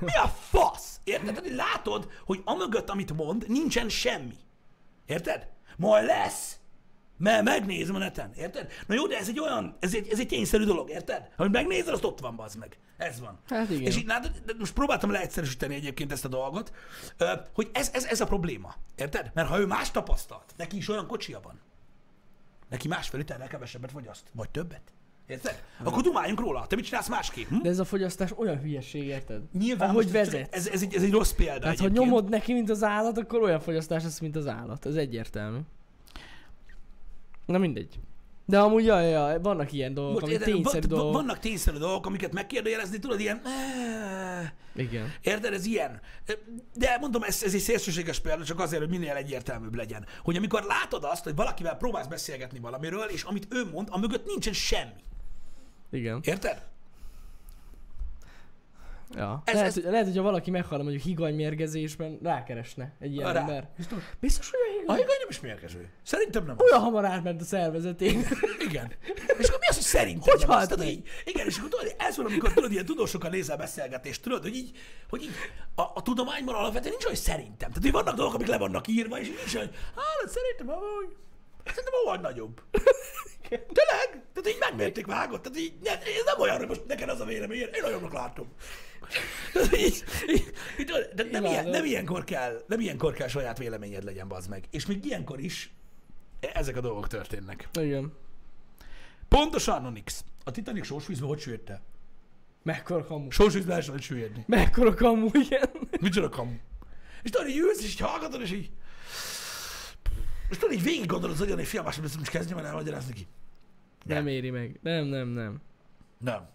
S1: mi a fasz? Érted? Tehát, hogy látod, hogy amögött, amit mond, nincsen semmi. Érted? Majd lesz, mert megnézem a neten, érted? Na jó, de ez egy olyan, ez egy, ez egy tényszerű dolog, érted? Hogy megnézed, azt ott van, bazd meg. Ez van.
S2: Hát igen.
S1: És így, látod, de most próbáltam leegyszerűsíteni egyébként ezt a dolgot, ö, hogy ez, ez, ez a probléma, érted? Mert ha ő más tapasztalt, neki is olyan kocsia van. Neki másfél literrel kevesebbet fogyaszt, vagy többet. Érted? Akkor dumáljunk róla. Te mit csinálsz másképp? Hm?
S2: De ez a fogyasztás olyan hülyeség, érted?
S1: most
S2: Ahogy
S1: ez-
S2: vezet.
S1: Ez, ez, egy, ez egy rossz példa
S2: Tehát, ha
S1: egyébként.
S2: nyomod neki, mint az állat, akkor olyan fogyasztás lesz, mint az állat. Ez egyértelmű. Na mindegy. De amúgy, jaj, jaj, vannak ilyen dolgok,
S1: Most
S2: amik
S1: érted,
S2: tényszerű
S1: van-
S2: dolgok.
S1: Vannak tényszerű dolgok, amiket megkérdőjelezni, tudod, ilyen...
S2: Igen.
S1: Érted? Ez ilyen. De mondom, ez, ez egy szélsőséges példa, csak azért, hogy minél egyértelműbb legyen. Hogy amikor látod azt, hogy valakivel próbálsz beszélgetni valamiről, és amit ő mond, a mögött nincsen semmi.
S2: Igen.
S1: Érted?
S2: Ja.
S1: Ez-
S2: Ez, lehet,
S1: ez-
S2: ez... Hogy, lehet, hogyha valaki meghal mondjuk higanymérgezésben, rákeresne egy ilyen
S1: Rá.
S2: Rá. ember.
S1: Biztos?
S2: Biztos, hogy a
S1: A
S2: higany...
S1: higany nem is mérgező. Szerintem nem.
S2: Olyan hamar átment a szervezetén.
S1: Igen. És akkor mi az, hogy szerintem?
S2: Hogy
S1: nem
S2: halt
S1: az? Tehát,
S2: meg?
S1: így, igen, és akkor tudod, ez van, amikor tudod, ilyen tudósokkal nézel beszélgetést, tudod, hogy így, hogy így a, a tudományban alapvetően nincs olyan, hogy szerintem. Tehát, hogy vannak dolgok, amik le vannak írva, és nincs olyan, hogy hát szerintem, hogy szerintem olyan nagyobb. Tényleg? Tehát így megmérték, vágott. Tehát így, ne, ez nem olyan, hogy most neked az a véleményed, én olyannak látom. Tehát így, így, így, tudod, de nem, ilyen,
S2: Imádom.
S1: nem, ilyenkor kell, nem ilyenkor kell saját véleményed legyen, bazd meg. És még ilyenkor is e- ezek a dolgok történnek.
S2: Igen.
S1: Pontosan, Onyx. A Titanic sósvízbe hogy süllyedt el?
S2: Mekkora kamu.
S1: Sósvízbe el sem lehet süllyedni.
S2: Mekkora kamu, igen.
S1: Micsoda kamu. És tudod, így ülsz, és így hallgatod, és így... És tudod, így végig gondolod az agyon, hogy fiam, másodperc most kezdjem el elmagyarázni ki.
S2: Nem éri meg. Nem, nem, nem.
S1: Nem.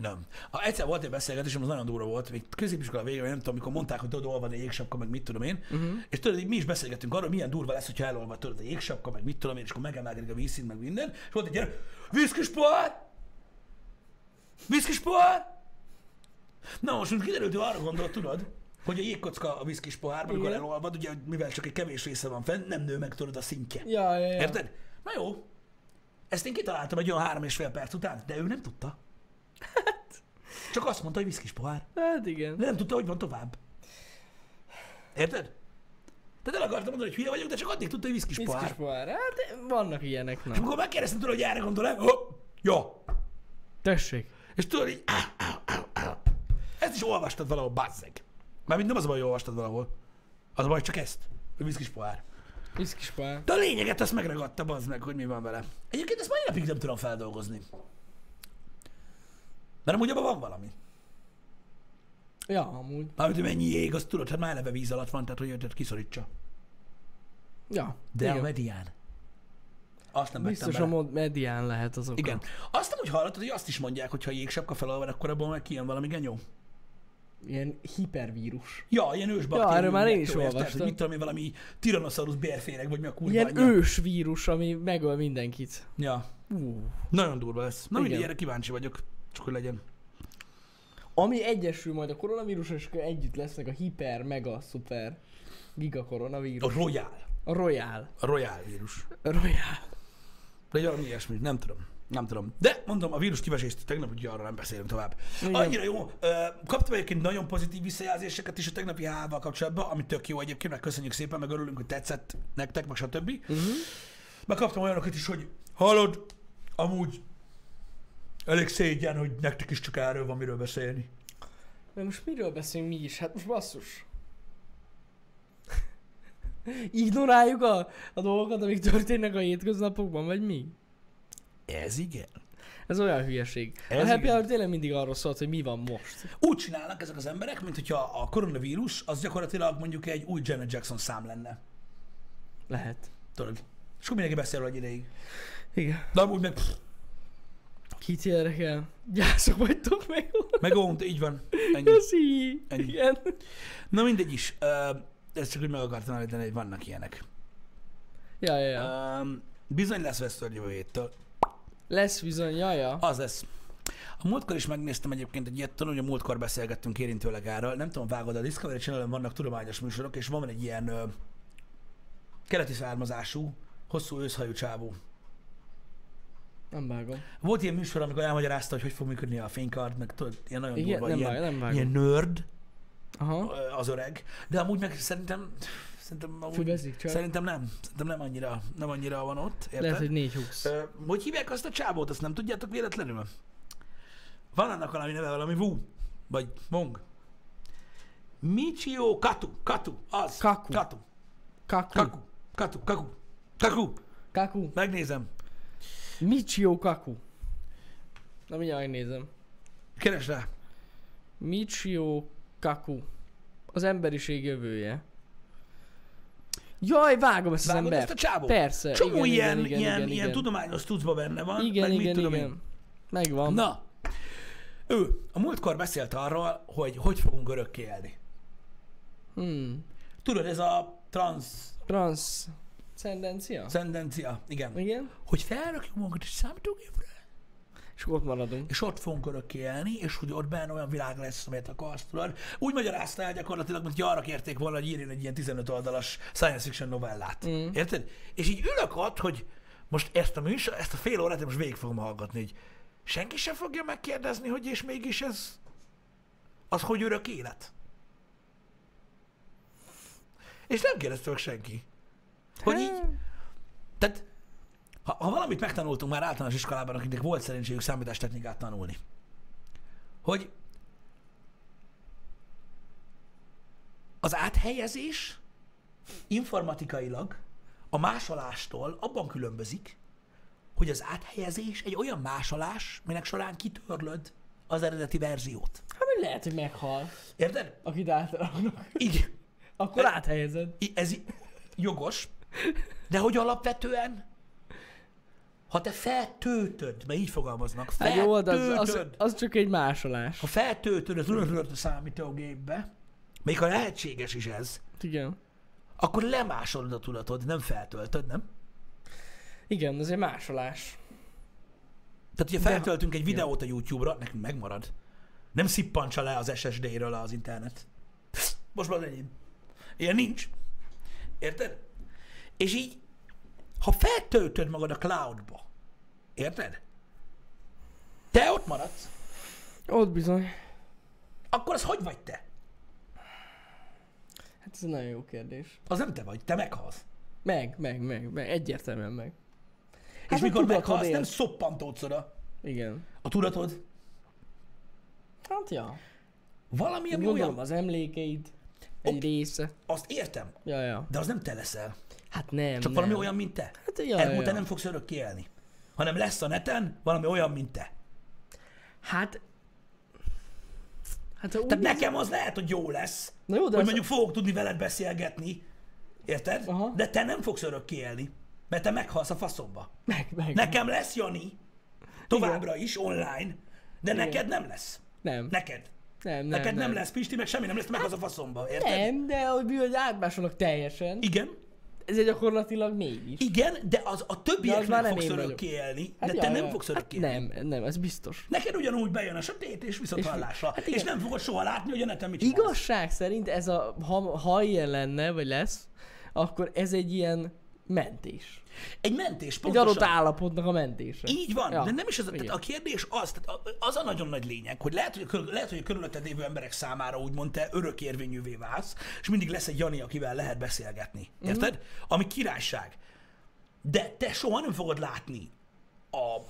S1: Nem. A, egyszer volt egy beszélgetésem, az nagyon durva volt, még középiskola végén, vagy nem tudom, amikor mondták, hogy tudod, olvad egy jégsapka, meg mit tudom én. Uh-huh. És tudod, így mi is beszélgettünk arról, hogy milyen durva lesz, hogyha elolvad tudod a jégsapka, meg mit tudom én, és akkor megemelkedik a vízszint, meg minden. És volt egy gyerek, viszkis pohár! Viszkis pohár! Na most úgy kiderült, hogy arra gondolt, tudod, hogy a jégkocka a viszkis pohárban, amikor
S2: Igen.
S1: elolvad, ugye, mivel csak egy kevés része van fenn, nem nő meg tudod a szintje.
S2: Ja, ja, ja.
S1: Érted? Na jó. Ezt én kitaláltam egy olyan három és fél perc után, de ő nem tudta. Hát. Csak azt mondta, hogy viszkis pohár.
S2: Hát igen.
S1: De nem tudta, hogy van tovább. Érted? Tehát el akartam mondani, hogy hülye vagyok, de csak addig tudta, hogy viszkis
S2: Viszkis
S1: pohár.
S2: pohár. Hát vannak ilyenek,
S1: És
S2: nem.
S1: amikor megkérdeztem tőle, hogy erre gondol-e, hopp, ja.
S2: Tessék.
S1: És tudod így, áh, áh, áh, áh. ezt is olvastad valahol, bazzeg. Mármint nem az a baj, hogy olvastad valahol. Az a baj, csak ezt. Hogy viszkis pohár.
S2: Viszkis pohár.
S1: De a lényeget azt megragadta, bazd meg, hogy mi van vele. Egyébként ezt mai napig nem tudom feldolgozni. Mert amúgy abban van valami.
S2: Ja, amúgy.
S1: Mármint, hogy mennyi jég, azt tudod, hát már eleve víz alatt van, tehát hogy őt kiszorítsa.
S2: Ja.
S1: De a
S2: igen.
S1: medián. Azt nem vettem
S2: Biztos a
S1: bele.
S2: mod medián lehet az oka.
S1: Igen. Azt nem úgy hallottad, hogy azt is mondják, hogy ha jégsapka felolvad, akkor abból meg kijön valami genyó.
S2: Ilyen hipervírus.
S1: Ja, ilyen ősbaktérium.
S2: Ja, erről már én is
S1: injekció, érted? Hogy
S2: olvastam.
S1: Mit tudom én, valami Tyrannosaurus bérféreg, vagy mi a kurva
S2: Ilyen
S1: anyja.
S2: ős vírus, ami megöl mindenkit.
S1: Ja.
S2: Ú.
S1: Nagyon durva lesz. Na mindig
S2: Igen.
S1: erre kíváncsi vagyok. Csak hogy legyen.
S2: Ami egyesül majd a koronavírus, és akkor együtt lesznek a hiper, mega, szuper, giga koronavírus.
S1: A Royal.
S2: A royal.
S1: A Royal vírus.
S2: A royal.
S1: Vagy valami ilyesmi, nem tudom. Nem tudom. De mondom, a vírus kivesést tegnap, úgyhogy arra nem beszélünk tovább.
S2: Igen.
S1: Annyira jó. Ö, Kaptam egyébként nagyon pozitív visszajelzéseket is a tegnapi hával kapcsolatban, ami tök jó egyébként, meg köszönjük szépen, meg örülünk, hogy tetszett nektek, meg stb. Uh-huh. Meg kaptam olyanokat is, hogy hallod, amúgy elég szégyen, hogy nektek is csak erről van miről beszélni.
S2: De most miről beszélünk mi is? Hát most basszus. Ignoráljuk a, a dolgokat, amik történnek a hétköznapokban, vagy mi?
S1: Ez igen.
S2: Ez olyan hülyeség.
S1: Ez
S2: a happy
S1: igen.
S2: hour tényleg mindig arról szólt, hogy mi van most.
S1: Úgy csinálnak ezek az emberek, mint hogyha a koronavírus az gyakorlatilag mondjuk egy új Janet Jackson szám lenne.
S2: Lehet.
S1: Tudod? És akkor mindenki beszél róla egy ideig.
S2: Igen.
S1: De amúgy meg, pff,
S2: Kit érdekel? Gyászok vagytok meg.
S1: meg ont, így van. Ennyi.
S2: Köszi.
S1: Ennyi.
S2: Igen.
S1: Na mindegy is. Ö, ezt csak úgy meg akartam állítani, hogy vannak ilyenek.
S2: Ja, ja, ja.
S1: Ö, bizony lesz vesztőr jövő héttől.
S2: Lesz bizony, ja, ja.
S1: Az lesz. A múltkor is megnéztem egyébként egy ilyet, tudom, hogy a múltkor beszélgettünk érintőleg erről. Nem tudom, vágod a Discovery channel vannak tudományos műsorok, és van egy ilyen ö, keleti származású, hosszú őszhajú csávó.
S2: Nem vágom.
S1: Volt ilyen műsor, amikor elmagyarázta, hogy hogy fog működni a fénykard, meg tudod, ilyen nagyon
S2: Igen,
S1: durva,
S2: nem
S1: ilyen,
S2: vágom, nem vágom.
S1: ilyen nerd
S2: Aha.
S1: ö, az öreg. De amúgy meg szerintem, szerintem amúgy
S2: Füvezik csak.
S1: Szerintem nem. Szerintem nem annyira, nem annyira van ott, érted?
S2: Lehet, hogy 4-20.
S1: Ö, hogy hívják azt a csábót? Azt nem tudjátok véletlenül? Van annak valami neve, valami Wu, vagy Mong. Michio Katu, Katu, az.
S2: Kaku. Hm.
S1: Katu,
S2: Kaku.
S1: Kaku, Katu, Kaku, Kaku.
S2: Kaku.
S1: Megnézem.
S2: Michio Kaku. Na mindjárt megnézem.
S1: Keres rá.
S2: Michio Kaku. Az emberiség jövője. Jaj, vágom ezt
S1: Vágod
S2: az
S1: ezt a
S2: embert.
S1: csábót?
S2: Persze.
S1: Csomó
S2: igen,
S1: ilyen,
S2: igen, igen,
S1: ilyen,
S2: igen,
S1: ilyen
S2: igen.
S1: tudományos tucba benne van.
S2: Igen,
S1: meg mit
S2: igen,
S1: tudom
S2: igen.
S1: Én.
S2: Megvan.
S1: Na, ő a múltkor beszélt arról, hogy hogy fogunk örökké élni.
S2: Hmm.
S1: Tudod, ez a transzcendencia,
S2: Transzendencia?
S1: igen.
S2: Igen.
S1: Hogy felrakjuk magunkat egy számítógépre,
S2: És akkor ott maradunk.
S1: és ott fogunk örökké élni, és hogy ott benne olyan világ lesz, amit akarsz, tudod. Úgy magyarázta el gyakorlatilag, mint hogy arra kérték volna, hogy írjon egy ilyen 15 oldalas science fiction novellát. Mm. Érted? És így ülök ott, hogy most ezt a műsor, ezt a fél órát én most végig fogom hallgatni, hogy senki sem fogja megkérdezni, hogy és mégis ez az, hogy örök élet. És nem kérdezte meg senki. Hogy így, tehát ha, ha valamit megtanultunk már általános iskolában, akiknek volt szerencséjük számítástechnikát tanulni, hogy az áthelyezés informatikailag a másolástól abban különbözik, hogy az áthelyezés egy olyan másolás, minek során kitörlöd az eredeti verziót.
S2: Hát meg lehet, hogy meghal,
S1: Érted?
S2: akit átraknak.
S1: Így.
S2: Akkor áthelyezed.
S1: I- ez i- jogos, de hogy alapvetően, ha te feltöltöd, mert így fogalmaznak,
S2: Hát jó, az, az,
S1: feltöltöd,
S2: az, csak egy másolás.
S1: ha feltöltöd az örökört a számítógépbe, még ha lehetséges is ez,
S2: Igen.
S1: akkor lemásolod a tudatod, nem feltöltöd, nem?
S2: Igen, ez egy másolás.
S1: Tehát, hogyha feltöltünk egy videót a YouTube-ra, nekünk megmarad. Nem szippantsa le az SSD-ről az internet. Most már az enyém. Ilyen nincs. Érted? És így, ha feltöltöd magad a cloudba, érted? Te ott maradsz,
S2: Ott bizony.
S1: akkor az hogy vagy te?
S2: Hát ez egy nagyon jó kérdés.
S1: Az nem te vagy, te meghalsz.
S2: Meg, meg, meg, meg. Egyértelműen meg.
S1: Hát és
S2: a
S1: mikor
S2: tudatod
S1: meghalsz,
S2: él.
S1: nem szoppantódsz oda.
S2: Igen.
S1: A tudatod
S2: Hát ja.
S1: valami, ami
S2: Gondolom
S1: olyan,
S2: az emlékeid. Egy
S1: Oké.
S2: része.
S1: azt értem,
S2: Ja, ja.
S1: de az nem te leszel.
S2: Hát nem,
S1: Csak
S2: nem.
S1: valami olyan, mint te.
S2: Hát ja,
S1: Ergo te
S2: ja.
S1: nem fogsz örökké élni. Hanem lesz a neten valami olyan, mint te.
S2: Hát... Hát ha úgy...
S1: Tehát nekem az lehet, hogy jó lesz,
S2: Na jó, de
S1: hogy
S2: az...
S1: mondjuk fogok tudni veled beszélgetni, érted?
S2: Aha.
S1: De te nem fogsz örökké élni, mert te meghalsz a faszomba.
S2: Meg, meg.
S1: Nekem lesz Jani, továbbra is online, de
S2: Igen.
S1: neked nem lesz.
S2: nem.
S1: Neked.
S2: nem, nem,
S1: Neked nem,
S2: nem Hát,
S1: lesz Pisti, meg semmi nem lesz, te meghalsz a faszomba, érted?
S2: Nem, de hogy mi, hogy átmásolnak teljesen.
S1: Igen,
S2: Ez egy gyakorlatilag mégis.
S1: igen, de az a
S2: az már
S1: többieknek
S2: nem
S1: fogsz
S2: én vagyok.
S1: örökké élni, de
S2: Hát
S1: te
S2: ja,
S1: nem
S2: ja.
S1: fogsz
S2: hát
S1: örökké élni.
S2: nem, nem, ez biztos.
S1: Neked ugyanúgy bejön a sötét, és viszont hallásra.
S2: hát
S1: és
S2: igen.
S1: nem fogod soha látni, hogy a neten mit csinálsz.
S2: Igazság szerint ez a, ha, ha ilyen lenne, vagy lesz, akkor ez egy ilyen mentés.
S1: Egy mentés,
S2: Egy adott
S1: pontosan.
S2: állapotnak a mentése.
S1: Így van, ja.
S2: Ja.
S1: de nem is az, tehát
S2: Igen.
S1: a kérdés az, tehát a- az a nagyon nagy lényeg, hogy lehet, hogy, a körül- lehet, hogy a körülötted lévő emberek számára úgymond te örök érvényűvé válsz, és mindig lesz egy Jani, akivel lehet beszélgetni.
S2: Mhm.
S1: Érted? Ami királyság. De te soha nem fogod látni a,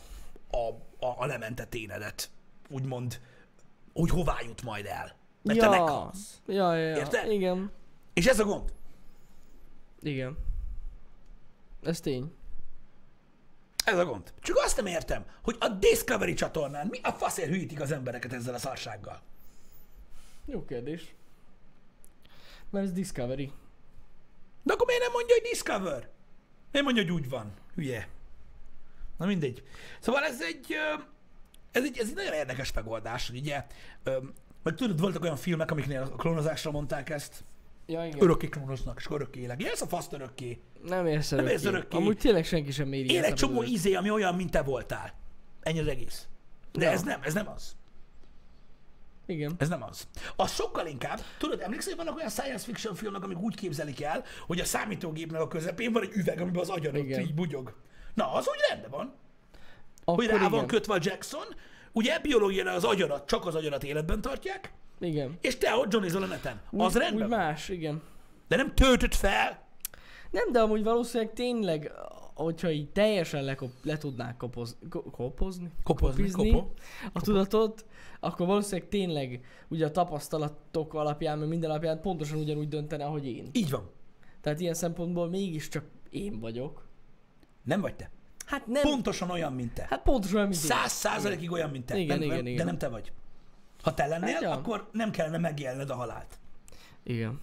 S1: a, a, a lementett énedet, úgymond, hogy hová jut majd el. Mert ja. te
S2: ja.
S1: meghalsz.
S2: ja, ja, ja.
S1: Érted?
S2: Igen.
S1: És ez a gond.
S2: Igen. Ez tény.
S1: Ez a gond. Csak azt nem értem, hogy a Discovery csatornán mi a faszért hűítik az embereket ezzel a szarsággal.
S2: Jó kérdés. Mert ez Discovery.
S1: De akkor miért nem mondja, hogy Discover? Miért mondja, hogy úgy van? Hülye. Na mindegy. Szóval ez egy, ö, ez egy, ez egy nagyon érdekes megoldás, hogy ugye, ö, meg tudod, voltak olyan filmek, amiknél a klónozásra mondták ezt,
S2: Ja, igen.
S1: örökké klónoznak, és akkor örökké élek. Élsz a faszt örökké.
S2: Nem érsz örökké.
S1: érsz örökké.
S2: Amúgy tényleg senki sem méri.
S1: Él
S2: ezt
S1: egy
S2: a
S1: csomó
S2: bűvöt.
S1: izé, ami olyan, mint te voltál. Ennyi az egész. De
S2: Ja.
S1: ez nem, ez nem az.
S2: Igen.
S1: Ez nem az. Az sokkal inkább, tudod, emlékszel, hogy vannak olyan science fiction filmek, amik úgy képzelik el, hogy a számítógépnek a közepén van egy üveg, amiben az agyanod
S2: Igen.
S1: így bugyog. Na, az úgy rendben van,
S2: Akkor
S1: hogy rá
S2: igen.
S1: van kötve a Jackson, ugye biológiailag az agyarat, csak az agyarat életben tartják,
S2: igen.
S1: és te ott johnizol a neten. Az
S2: Úgy-
S1: rendben
S2: Úgy
S1: van.
S2: más, igen.
S1: De nem töltöd fel.
S2: Nem, de amúgy valószínűleg tényleg, hogyha így teljesen lekop, le tudnák kopoz, ko- kopozni,
S1: Kopozni,
S2: kopizni
S1: kopó.
S2: a tudatot, akkor valószínűleg tényleg ugye a tapasztalatok alapján, meg minden alapján pontosan ugyanúgy döntene, ahogy én.
S1: Így van.
S2: Tehát ilyen szempontból mégiscsak én vagyok.
S1: Nem vagy te.
S2: Hát nem, Pont.
S1: Pontosan olyan, mint te.
S2: hát pontosan mint én.
S1: Száz százalékig olyan, mint te.
S2: Igen,
S1: nem,
S2: igen,
S1: nem, De
S2: igen.
S1: nem te vagy. Ha te lennél,
S2: Hát ja.
S1: akkor nem kellene megélned a halált.
S2: Igen.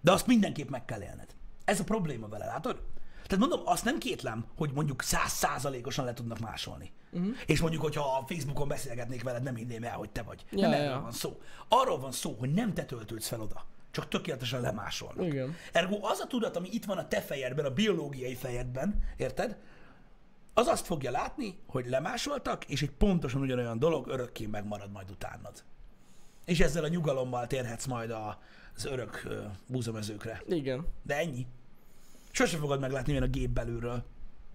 S1: De azt mindenképp meg kell élned. Ez a probléma vele, látod? Tehát mondom, azt nem kétlem, hogy mondjuk száz százalékosan le tudnak másolni.
S2: Mhm.
S1: Uh-huh. És mondjuk, hogyha a Facebookon beszélgetnék veled, nem hinném el, hogy te vagy. Ja,
S2: Ja,
S1: nem
S2: ja,
S1: erről
S2: ja.
S1: van szó. Arról van szó, hogy nem te töltődsz fel oda, csak tökéletesen lemásolnak.
S2: Igen.
S1: Ergo az a tudat, ami itt van a te fejedben, a biológiai fejedben, érted? Az azt fogja látni, hogy lemásoltak, és egy pontosan ugyanolyan dolog örökké megmarad majd utánad. És ezzel a nyugalommal térhetsz majd a, az örök ö, búzamezőkre.
S2: Igen.
S1: De ennyi. Sose fogod meglátni, milyen a gép belülről.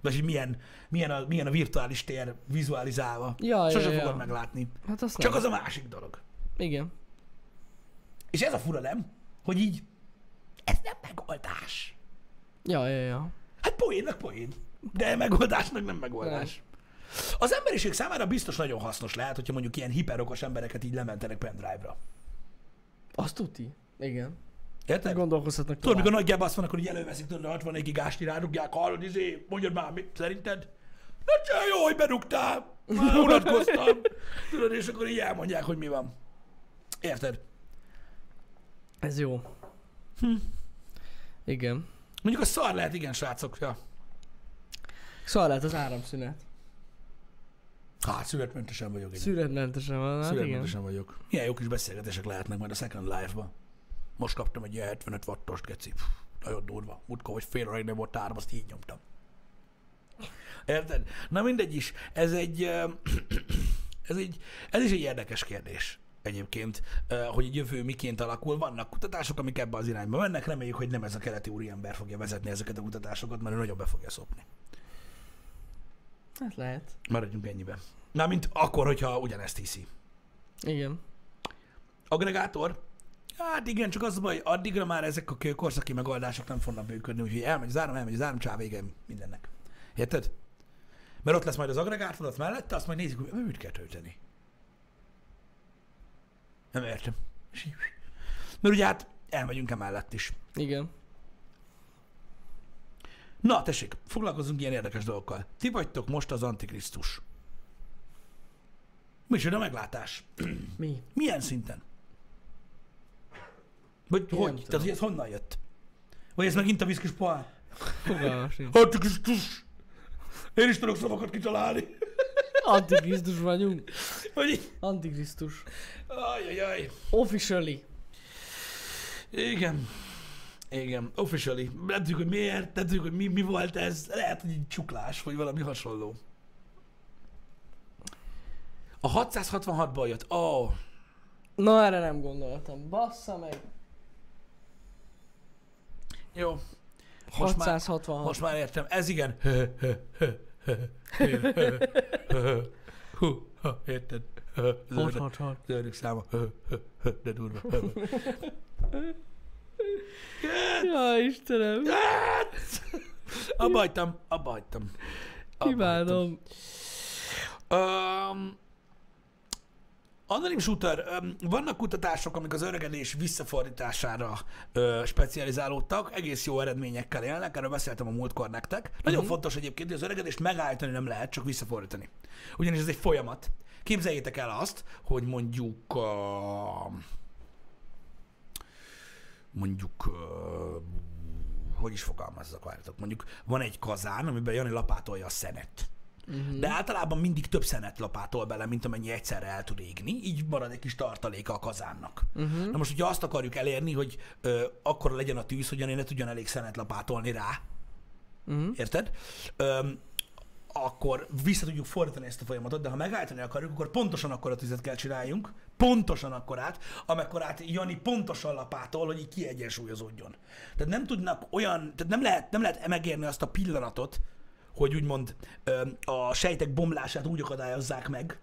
S1: Vagy hogy milyen, milyen, a, milyen a virtuális tér vizualizálva.
S2: Ja, ja,
S1: Sose
S2: ja.
S1: fogod meglátni.
S2: Hát azt
S1: Csak
S2: nem.
S1: az a másik dolog.
S2: Igen.
S1: És ez a fura, nem? Hogy így, ez nem megoldás.
S2: Ja, ja, ja.
S1: Hát poénnak poén. De megoldásnak nem megoldás.
S2: Nem.
S1: Az emberiség számára biztos nagyon hasznos lehet, hogyha mondjuk ilyen hiperokos embereket így lementenek pendrive-ra.
S2: Azt tuti. Igen.
S1: Érted?
S2: Gondolkozhatnak
S1: Tudod,
S2: tovább.
S1: mikor nagyjából azt vannak, hogy így előveszik tőle 60 gigást, így rárugják, hallod, izé, mondjad már, mit szerinted? Na csaj, jó, hogy berúgtál, már unatkoztam. Tudod, és akkor így elmondják, hogy mi van. Érted?
S2: Ez jó. Hm. Igen.
S1: Mondjuk a szar lehet, igen, srácok. Ja.
S2: Szóval lehet az áramszünet.
S1: Hát, születmentesen vagyok. Én.
S2: Szüretmentesen van, hát igen.
S1: Születmentesen vagyok. Milyen jó kis beszélgetések lehetnek majd a Second Life-ban. Most kaptam egy ilyen 75 wattost, geci. Pff, Nagyon durva. Mutka, hogy fél óráig nem volt áram, azt így nyomtam. Érted? Na mindegy is, ez egy, ö, ez egy, ez is egy érdekes kérdés. egyébként, ö, hogy a jövő miként alakul. Vannak kutatások, amik ebbe az irányba mennek. Reméljük, hogy nem ez a keleti úriember fogja vezetni ezeket a kutatásokat, mert ő nagyon be fogja szopni.
S2: Hát lehet.
S1: Maradjunk ennyibe. Na, mint akkor, hogyha ugyanezt hiszi.
S2: Igen.
S1: Agregátor? Hát igen, csak az a baj, addigra már ezek a kőkorszaki megoldások nem fognak működni, úgyhogy elmegy az áram, elmegy az áram, csá, vége mindennek. Érted? Mert ott lesz majd az agregátor, ott mellette, azt majd nézzük, hogy mit kell tölteni. Nem értem. És így- Mert ugye hát elmegyünk emellett is.
S2: Igen.
S1: Na, tessék, foglalkozunk ilyen érdekes dolgokkal. Ti vagytok most az Antikrisztus. Micsoda meglátás?
S2: Mi?
S1: Milyen szinten? Vagy
S2: Én
S1: hogy?
S2: nem
S1: Tehát,
S2: tudom.
S1: hogy ez honnan jött? Vagy ez megint a viszkis pohár?
S2: Fogalmas nincs.
S1: Hát, Antikrisztus! Én is tudok szavakat kitalálni.
S2: Antikrisztus vagyunk.
S1: Hogy így...
S2: Antikrisztus.
S1: Ajajaj.
S2: Officially.
S1: Igen. Igen, officially. Nem tudjuk, hogy miért, nem tudjuk, hogy mi, mi volt ez. Lehet, hogy egy csuklás, vagy valami hasonló. A 666-ból jött. Ó, oh,
S2: Na erre nem gondoltam. Bassza meg.
S1: jó. Most már-
S2: 666.
S1: Most már értem, ez igen. Hö, hö, hö, hö, hö, hö, hö, hö. Hú, ha, érted? Hö, hö. Ez
S2: Hat,
S1: a-
S2: hat, hat.
S1: az ördög száma. Hö, hö, hö, De durva. Hö, hö.
S2: Ja, Istenem.
S1: Hát! Abba hagytam, abba hagytam. Abba hagytam.
S2: Imádom.
S1: Öm, Anonim Shooter, öm, vannak kutatások, amik az öregedés visszafordítására ö, specializálódtak, egész jó eredményekkel élnek, erről beszéltem a múltkor nektek. Nagyon
S2: Mhm.
S1: fontos egyébként, hogy az öregedést megállítani nem lehet, csak visszafordítani. Ugyanis ez egy folyamat. Képzeljétek el azt, hogy mondjuk a... mondjuk ö, hogy is fogalmazzak, várjatok, mondjuk van egy kazán, amiben Jani lapátolja a szenet.
S2: Mhm.
S1: De általában mindig több szenet lapátol bele, mint amennyi egyszerre el tud égni, így marad egy kis tartaléka a kazánnak.
S2: Mhm.
S1: Na most, hogyha azt akarjuk elérni, hogy ö, akkor legyen a tűz, hogy Jani ne tudjon elég szenet lapátolni rá,
S2: Mhm.
S1: érted? Öm, akkor vissza tudjuk fordítani ezt a folyamatot, de ha megállítani akarjuk, akkor pontosan akkor a tüzet kell csináljunk, pontosan akkorát, amekkorát Jani pontosan lapától, hogy így kiegyensúlyozódjon. Tehát nem tudnak olyan, tehát nem lehet, nem lehet megérni azt a pillanatot, hogy úgymond öm, a sejtek bomlását úgy akadályozzák meg,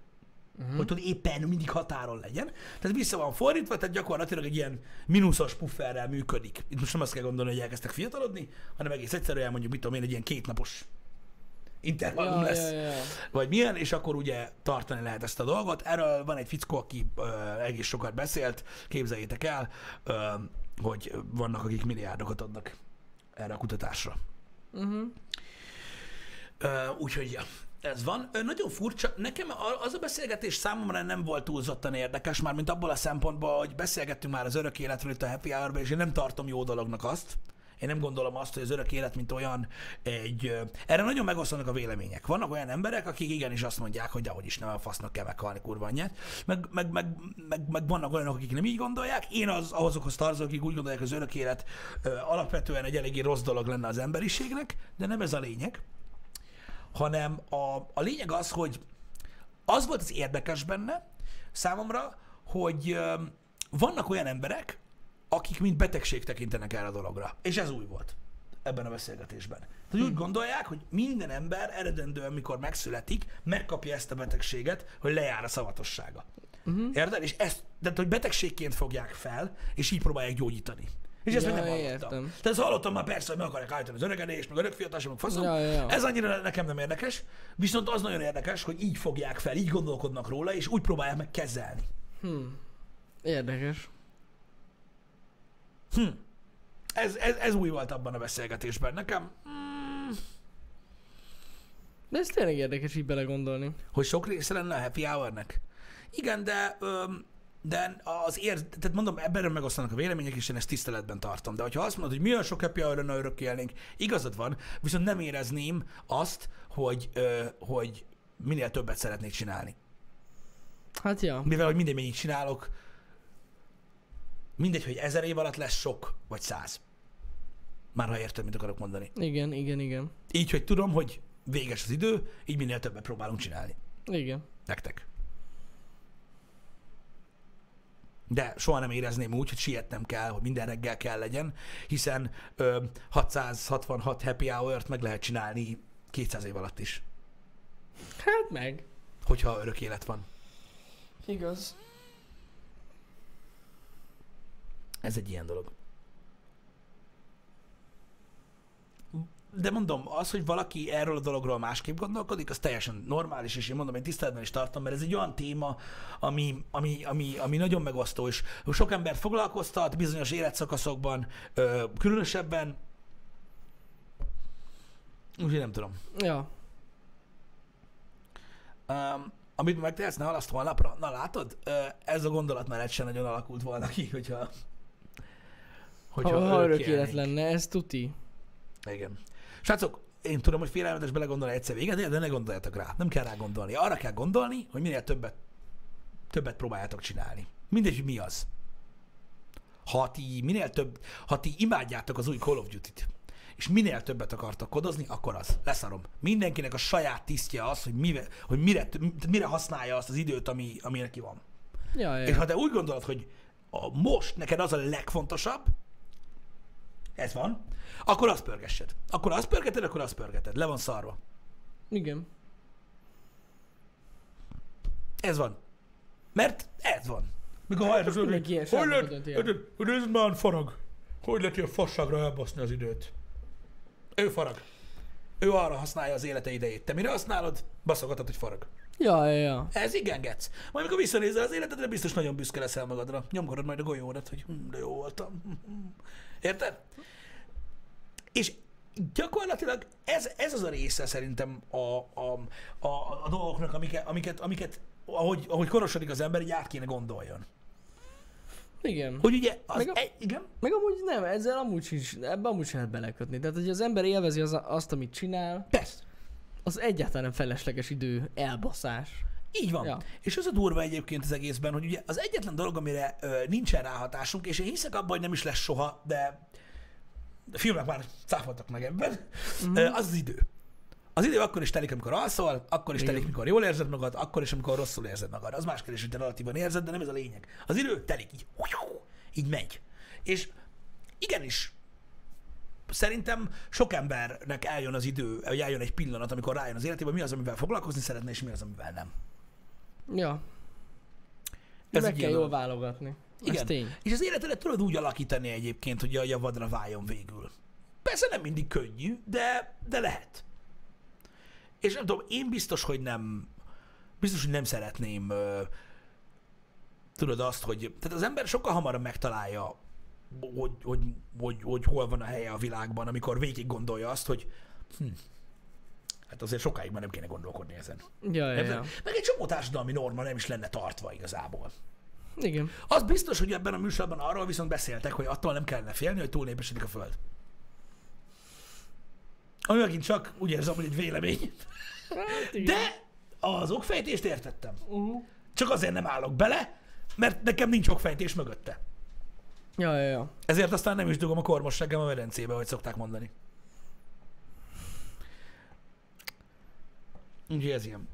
S2: Hm?
S1: uh-huh. hogy tudod, éppen mindig határon legyen. Tehát vissza van fordítva, tehát gyakorlatilag egy ilyen mínuszos pufferrel működik. Itt most nem azt kell gondolni, hogy elkezdtek fiatalodni, hanem egész egyszerűen mondjuk, mit tudom én, egy ilyen kétnapos intervallum
S2: Ja,
S1: lesz
S2: ja, ja.
S1: vagy milyen, és akkor ugye tartani lehet ezt a dolgot. Erről van egy fickó, aki ö, egész sokat beszélt, képzeljétek el, ö, hogy vannak, akik milliárdokat adnak erre a kutatásra.
S2: Mhm.
S1: Ö, úgyhogy ja, ez van. Ö, nagyon furcsa, nekem a- az a beszélgetés számomra nem volt túlzottan érdekes, már mint abból a szempontból, hogy beszélgettünk már az örök életről itt a Happy hour és én nem tartom jó dolognak azt, én nem gondolom azt, hogy az örök élet, mint olyan egy... ö, Erre nagyon megoszlanak a vélemények. Vannak olyan emberek, akik igenis azt mondják, hogy ahogy is nem a fasznak kell meghalni kurva anyját. Meg, meg, meg, meg, meg, vannak olyanok, akik nem így gondolják. Én az, azokhoz tartozok, akik úgy gondolják, hogy az örök élet ö, alapvetően egy eléggé rossz dolog lenne az emberiségnek, de nem ez a lényeg hanem a, a lényeg az, hogy az volt az érdekes benne számomra, hogy öm, vannak olyan emberek, akik mint betegség tekintenek erre a dologra. És ez új volt ebben a beszélgetésben. Tehát úgy gondolják, hogy minden ember eredendően, mikor megszületik, megkapja ezt a betegséget, hogy lejár a szavatossága. Uh-huh. Érted? És ezt, tehát, hogy betegségként fogják fel, és így próbálják gyógyítani. És ezt
S2: Ja,
S1: ja, még nem hallottam.
S2: értem.
S1: Tehát ezt hallottam már persze, hogy meg akarják állítani az öregedést, meg örök fiatalság, meg faszom.
S2: Ja, ja, ja.
S1: Ez annyira nekem nem érdekes, viszont az nagyon érdekes, hogy így fogják fel, így gondolkodnak róla, és úgy próbálják meg kezelni.
S2: Érdekes.
S1: Ez, ez, ez új volt abban a beszélgetésben nekem,
S2: De ez tényleg érdekes így belegondolni.
S1: hogy sok része lenne a happy hournek. Igen, de, öm, de az ér, tehát mondom, ebben megosztanak a vélemények, és én ezt tiszteletben tartom. De hogyha azt mondod, hogy milyen sok happy hour lenne, ha örökké élnénk, igazad van, viszont nem érezném azt, hogy, ö, hogy minél többet szeretnék csinálni.
S2: Hát ja.
S1: mivel hogy mindegy, mennyit csinálok, mindegy, hogy ezer év alatt lesz sok, vagy száz. Már ha érted, mit akarok mondani.
S2: Igen, igen, igen.
S1: Így, hogy tudom, hogy véges az idő, így minél többet próbálunk csinálni.
S2: Igen.
S1: Nektek. de soha nem érezném úgy, hogy sietnem kell, hogy minden reggel kell legyen, hiszen ö, 666 happy hour-t meg lehet csinálni 200 év alatt is,
S2: Hát meg.
S1: hogyha örök élet van.
S2: Igaz.
S1: Ez egy ilyen dolog. De mondom, az, hogy valaki erről a dologról másképp gondolkodik, az teljesen normális, és én mondom, én tiszteletben is tartom, mert ez egy olyan téma, ami, ami, ami, ami nagyon megosztó, és sok embert foglalkoztat bizonyos életszakaszokban, ö, különösebben. Úgyhogy nem tudom.
S2: Ja.
S1: Um, amit megtehetsz, ne halaszt holnapra. Na látod, Ö, ez a gondolatmenet sem nagyon alakult volna ki, hogyha...
S2: ha, ha
S1: örök
S2: örök élet
S1: élnénk.
S2: lenne, ez tuti.
S1: Igen. Srácok, én tudom, hogy félelmetes belegondolni egyszer véget, ér, de ne gondoljatok rá. Nem kell rá gondolni. Arra kell gondolni, hogy minél többet, többet próbáljátok csinálni. Mindegy, hogy mi az. Ha ti minél több, ha ti imádjátok az új Call of Duty-t, és minél többet akartok kodozni, akkor az. Leszarom. Mindenkinek a saját tisztje az, hogy, mive, hogy mire, mire használja azt az időt, ami, ami neki van.
S2: Ja, ja.
S1: És ha te úgy gondolod, hogy a most neked az a legfontosabb, ez van, akkor azt pörgessed. Akkor azt pörgeted, akkor azt pörgeted. Le van szarva.
S2: Igen.
S1: Ez van. Mert ez van. Mikor hajros
S2: Hát, Mindenki ilyen
S1: hogy
S2: sárba
S1: lehet,
S2: dönti el.
S1: hogy hogy ez már farag. Hogy lehet ilyen fasságra elbaszni az időt? Ő farag. Ő arra használja az élete idejét. Te mire használod? Baszogatod, hogy farag.
S2: Ja, ja, ja.
S1: Ez igen, Getsz. Majd amikor visszanézel az életedre, biztos nagyon büszke leszel magadra. Nyomkodod majd a golyódat, hogy hm, de jó voltam. Érted? És gyakorlatilag ez, ez az a része szerintem a, a, a, a dolgoknak, amiket, amiket, amiket ahogy, ahogy korosodik az ember, így át kéne gondoljon.
S2: Igen.
S1: Hogy ugye, az
S2: Meg a-
S1: egy, igen,
S2: Meg amúgy nem, ezzel amúgy sincs, ebbe amúgy sem lehet belekötni. Tehát, hogy az ember élvezi az, azt, amit csinál,
S1: persze.
S2: az egyáltalán nem felesleges idő elbaszás.
S1: Így van. Ja.
S2: Ja.
S1: És az a durva egyébként az egészben, hogy ugye az egyetlen dolog, amire ö, nincsen ráhatásunk, és én hiszek abban, hogy nem is lesz soha, de a filmek már cáfoltak meg ebben, mm-hmm. ö, az az idő. Az idő akkor is telik, amikor alszol, akkor is telik, amikor jól érzed magad, akkor is, amikor rosszul érzed magad. Az más kérdés, hogy te relatívan érzed, de nem ez a lényeg. Az idő telik, így, így megy. És igenis, szerintem sok embernek eljön az idő, vagy eljön egy pillanat, amikor rájön az életében, mi az, amivel foglalkozni szeretne, és mi az, amivel nem.
S2: Ja.
S1: Ez
S2: Ez meg
S1: egy
S2: kell
S1: ilyen
S2: jól
S1: dolog.
S2: válogatni. Ez
S1: Igen.
S2: tény.
S1: És az életedet tudod úgy alakítani egyébként, hogy a javadra váljon végül. Persze nem mindig könnyű, de, de lehet. És nem tudom, én biztos, hogy nem, biztos, hogy nem szeretném, ö, tudod azt, hogy, tehát az ember sokkal hamarabb megtalálja, hogy, hogy, hogy, hogy hol van a helye a világban, amikor végig gondolja azt, hogy hm, hát azért sokáig már nem kéne gondolkodni ezen.
S2: Ja, ja, ja.
S1: Érted? Meg egy csomó társadalmi norma nem is lenne tartva igazából.
S2: Igen.
S1: Az biztos, hogy ebben a műsorban arról viszont beszéltek, hogy attól nem kellene félni, hogy túlnépesedik a Föld. Ami megint csak úgy érzem, hogy egy vélemény. De az okfejtést értettem.
S2: Uh-huh.
S1: Csak azért nem állok bele, mert nekem nincs okfejtés mögötte.
S2: Ja, ja, ja.
S1: Ezért aztán nem is dugom a kormosságem a medencébe, ahogy szokták mondani. Úgyhogy ez ilyen.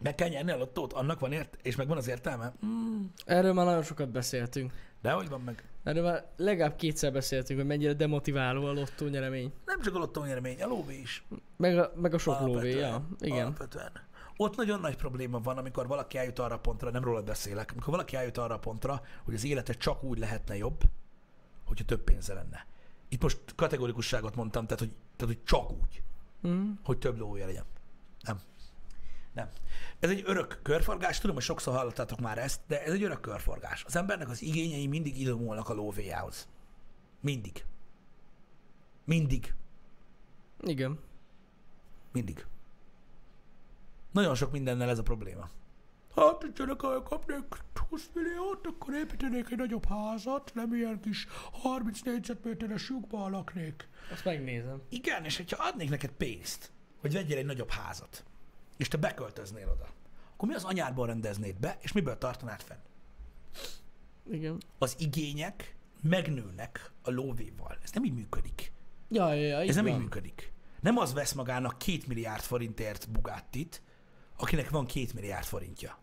S1: Meg kell nyerni a lottót, annak van ért, és meg van az értelme. Mm,
S2: Erről már nagyon sokat beszéltünk.
S1: de hogy van meg?
S2: Erről már legalább kétszer beszéltünk, hogy mennyire demotiváló a lottó nyeremény.
S1: Nem csak a lottó nyeremény, a lóvé is.
S2: Meg a, meg a sok lóvé,
S1: Alapvetően.
S2: ja. Igen.
S1: Alapvetően. Ott nagyon nagy probléma van, amikor valaki eljut arra a pontra, nem rólad beszélek, amikor valaki eljut arra a pontra, hogy az élete csak úgy lehetne jobb, hogyha több pénze lenne. Itt most kategorikusságot mondtam, tehát hogy, tehát, hogy csak úgy,
S2: Mm.
S1: hogy több lója legyen. Nem. Nem. Ez egy örök körforgás, tudom, hogy sokszor hallottátok már ezt, de ez egy örök körforgás. Az embernek az igényei mindig idomulnak a lóvéjához. Mindig. Mindig.
S2: Igen.
S1: Mindig. Nagyon sok mindennel ez a probléma. Hát, hogyha nekem kapnék 20 milliót, akkor építenék egy nagyobb házat, nem ilyen kis 30 négyzetméteres lyukban laknék.
S2: Azt megnézem.
S1: Igen, és hogyha adnék neked pénzt, hogy vegyél egy nagyobb házat, és te beköltöznél oda, akkor mi az anyádból rendeznéd be, és miből tartanád fenn?
S2: Igen.
S1: Az igények megnőnek a lóvéval. Ez nem így működik.
S2: Ja, ja, ja.
S1: Ez nem így
S2: van.
S1: működik. Nem az vesz magának két milliárd forintért Bugattit, akinek van két milliárd forintja.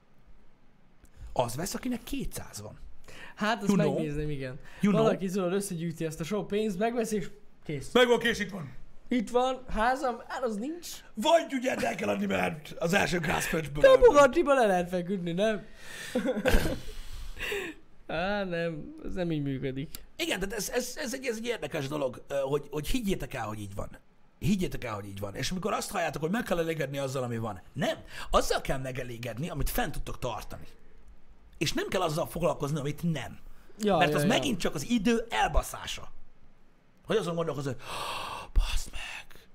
S1: Az vesz, akinek 200 van.
S2: Hát azt
S1: You know.
S2: megnézném, igen.
S1: You know.
S2: Valaki zöld összegyűjti ezt a sok pénzt, megveszi és kész.
S1: Megvan kés, itt van.
S2: Itt van, házam, hát az nincs.
S1: Vagy ugye el kell adni, mert az első gázpöcsből.
S2: De Bogartiba le lehet feküdni, nem? Á, nem, ez nem így működik.
S1: Igen, tehát ez, ez, ez, egy, ez egy érdekes dolog, ö, hogy, hogy higgyétek el, hogy így van. Higgyétek el, hogy így van. És amikor azt halljátok, hogy meg kell elégedni azzal, ami van. Nem. Azzal kell megelégedni, amit fent tudtok tartani. És nem kell azzal foglalkozni, amit nem.
S2: Ja,
S1: Mert
S2: ja,
S1: az
S2: ja.
S1: megint csak az idő elbaszása. Hogy azon gondolkozol, hogy baszd meg,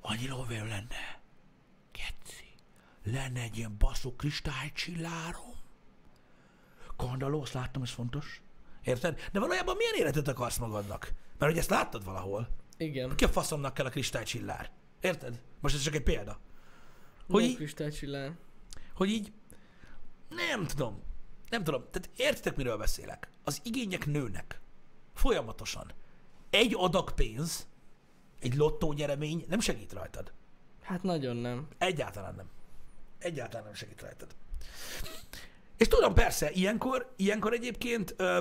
S1: annyi lóvém lenne. Keci, lenne egy ilyen baszó kristálycsillárom. Kandalóz, láttam, ez fontos. Érted? De valójában milyen életet akarsz magadnak? Mert hogy ezt láttad valahol.
S2: Igen.
S1: Ki a faszomnak kell a kristálycsillár? Érted? Most ez csak egy példa. Hogy,
S2: Hogy...
S1: í-
S2: Kristálycsillár.
S1: hogy így nem tudom, nem tudom, tehát értitek, miről beszélek. Az igények nőnek. Folyamatosan. Egy adag pénz, egy lottónyeremény nem segít rajtad.
S2: Hát nagyon nem.
S1: Egyáltalán nem. Egyáltalán nem segít rajtad. És tudom, persze, ilyenkor, ilyenkor egyébként, ö,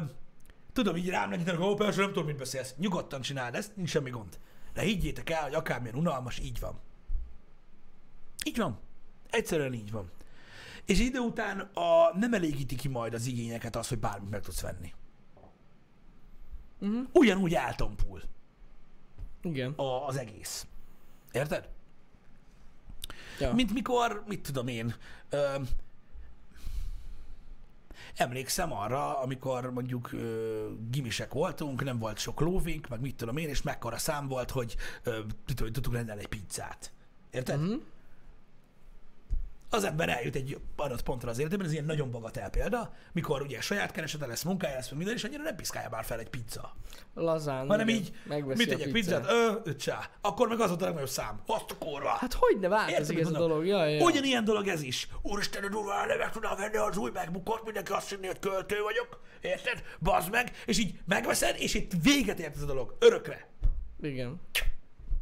S1: tudom, így rám nekik, hogy ó, persze, nem tudom, mit beszélsz. Nyugodtan csináld ezt, nincs semmi gond. De higgyétek el, hogy akármilyen unalmas, így van. Így van. Egyszerűen így van. És idő után a, nem elégíti ki majd az igényeket az, hogy bármit meg tudsz venni. Uh-huh. Ugyanúgy eltompul
S2: Igen.
S1: a, az egész. Érted?
S2: Ja.
S1: Mint mikor, mit tudom én, ö, emlékszem arra, amikor mondjuk ö, gimisek voltunk, nem volt sok lóvénk, meg mit tudom én, és mekkora szám volt, hogy ö, mit tudom, én, tudtuk rendelni egy pizzát. Érted?
S2: Mhm.
S1: Az ember eljut egy adott pontra az életében, ez ilyen nagyon bagatel példa, mikor ugye saját keresete lesz, munkája lesz, meg minden, és annyira nem piszkálja már fel egy pizza.
S2: Lazán.
S1: Hanem
S2: igen.
S1: így,
S2: Megveszi
S1: mit
S2: a
S1: tegyek
S2: pizzát.
S1: pizzát? Ö, öt csá. Akkor meg az volt a legnagyobb szám. Azt a kurva.
S2: Hát hogy ne változik
S1: mit
S2: ez a
S1: mondom?
S2: dolog? Ja, ja, ja.
S1: Ugyanilyen dolog ez is. Úristen, a durván nem meg tudnám venni az új megbukott, mindenki azt hinni, hogy költő vagyok. Érted? Bazd meg, és így megveszed, és itt véget ért ez a dolog. Örökre.
S2: Igen.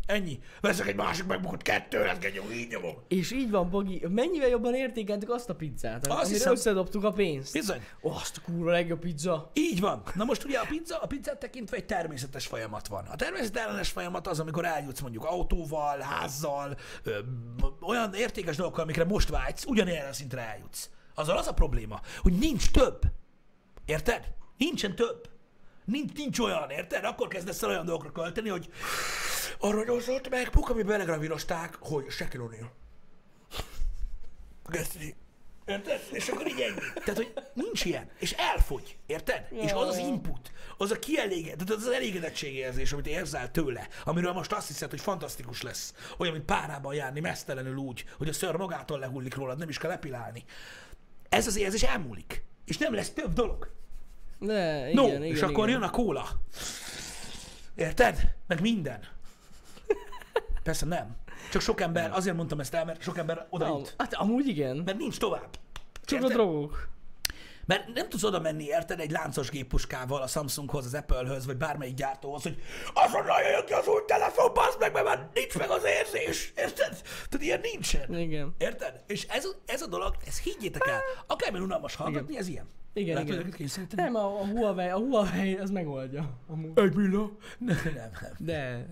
S1: Ennyi. Veszek egy másik megbukott kettő, lesz genyom, így nyomom.
S2: És így van, Bogi, mennyivel jobban értékeltük azt a pizzát, azt amire
S1: hiszem-
S2: hiszem... összedobtuk a pénzt.
S1: Bizony.
S2: Ó, azt a kurva legjobb pizza.
S1: Így van. Na most ugye a pizza, a pizzát tekintve egy természetes folyamat van. A természetellenes folyamat az, amikor eljutsz mondjuk autóval, házzal, ö, m- olyan értékes dolgokkal, amikre most vágysz, ugyanilyen a szintre eljutsz. Azzal az a probléma, hogy nincs több. Érted? Nincsen több. Nincs, nincs olyan, érted? Akkor kezdesz el olyan dolgokra költeni, hogy aranyozott meg, puk, ami belegravírozták, hogy Shaquille O'Neal. Geszti. Érted? És akkor így ennyi. Tehát, hogy nincs ilyen. És elfogy. Érted? És az az input, az a kieléged, tehát az az elégedettségérzés, amit érzel tőle, amiről most azt hiszed, hogy fantasztikus lesz. Olyan, mint párában járni, mesztelenül úgy, hogy a ször magától lehullik rólad, nem is kell lepilálni. Ez az érzés elmúlik. És nem lesz több dolog.
S2: De,
S1: No,
S2: igen, igen,
S1: és
S2: igen.
S1: akkor jön a kóla. Érted? Meg minden. Persze nem. Csak sok ember, azért mondtam ezt el, mert sok ember oda
S2: Am,
S1: jut.
S2: hát amúgy igen.
S1: Mert nincs tovább.
S2: Csak a
S1: Érted?
S2: drogok.
S1: Mert nem tudsz oda menni, érted, egy láncos géppuskával a Samsunghoz, az Applehöz, vagy bármelyik gyártóhoz, hogy azonnal jöjjön ki az új telefon, bassz meg, mert már nincs meg az érzés, érted? Tehát ilyen nincsen.
S2: Igen.
S1: Érted? És ez, a- ez a dolog, ez higgyétek el, akármilyen unalmas hallgatni, ez ilyen.
S2: Igen,
S1: Látod,
S2: igen.
S1: hogy kényszeríteni?
S2: Nem, a, a Huawei, a Huawei az megoldja. Amúgy.
S1: Egy millió? Nem, nem, nem,
S2: De,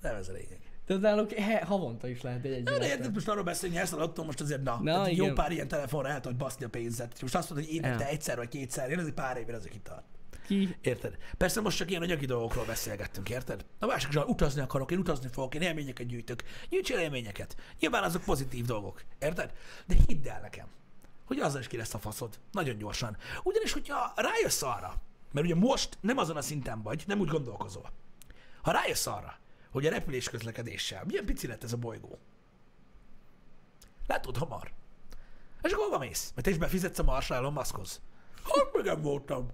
S1: nem ez a lényeg.
S2: tehát náluk he, havonta is lehet egy
S1: Na, de
S2: egy
S1: Hát érted, most arról beszélni, hogy ezt eladtam, most azért na.
S2: Na,
S1: Tehát egy jó
S2: igen.
S1: pár ilyen telefonra el tudod baszni a pénzet. Most azt mondod, hogy évente
S2: Ja.
S1: egyszer vagy kétszer, én azért pár évre ezek itt tart.
S2: Ki?
S1: Érted? Persze most csak ilyen anyagi dolgokról beszélgettünk, érted? A másik zsar, utazni akarok, én utazni fogok, én élményeket gyűjtök. Gyűjts el élményeket. Nyilván azok pozitív dolgok, érted? De hidd el nekem, hogy azzal is ki lesz a faszod. Nagyon gyorsan. Ugyanis, hogyha rájössz arra, mert ugye most nem azon a szinten vagy, nem úgy gondolkozol. Ha rájössz arra, hogy a repülés közlekedéssel milyen pici lett ez a bolygó, látod hamar. És akkor hova mész? Mert te is befizetsz a Marsra Elon Muskhoz. Hát meg nem voltam.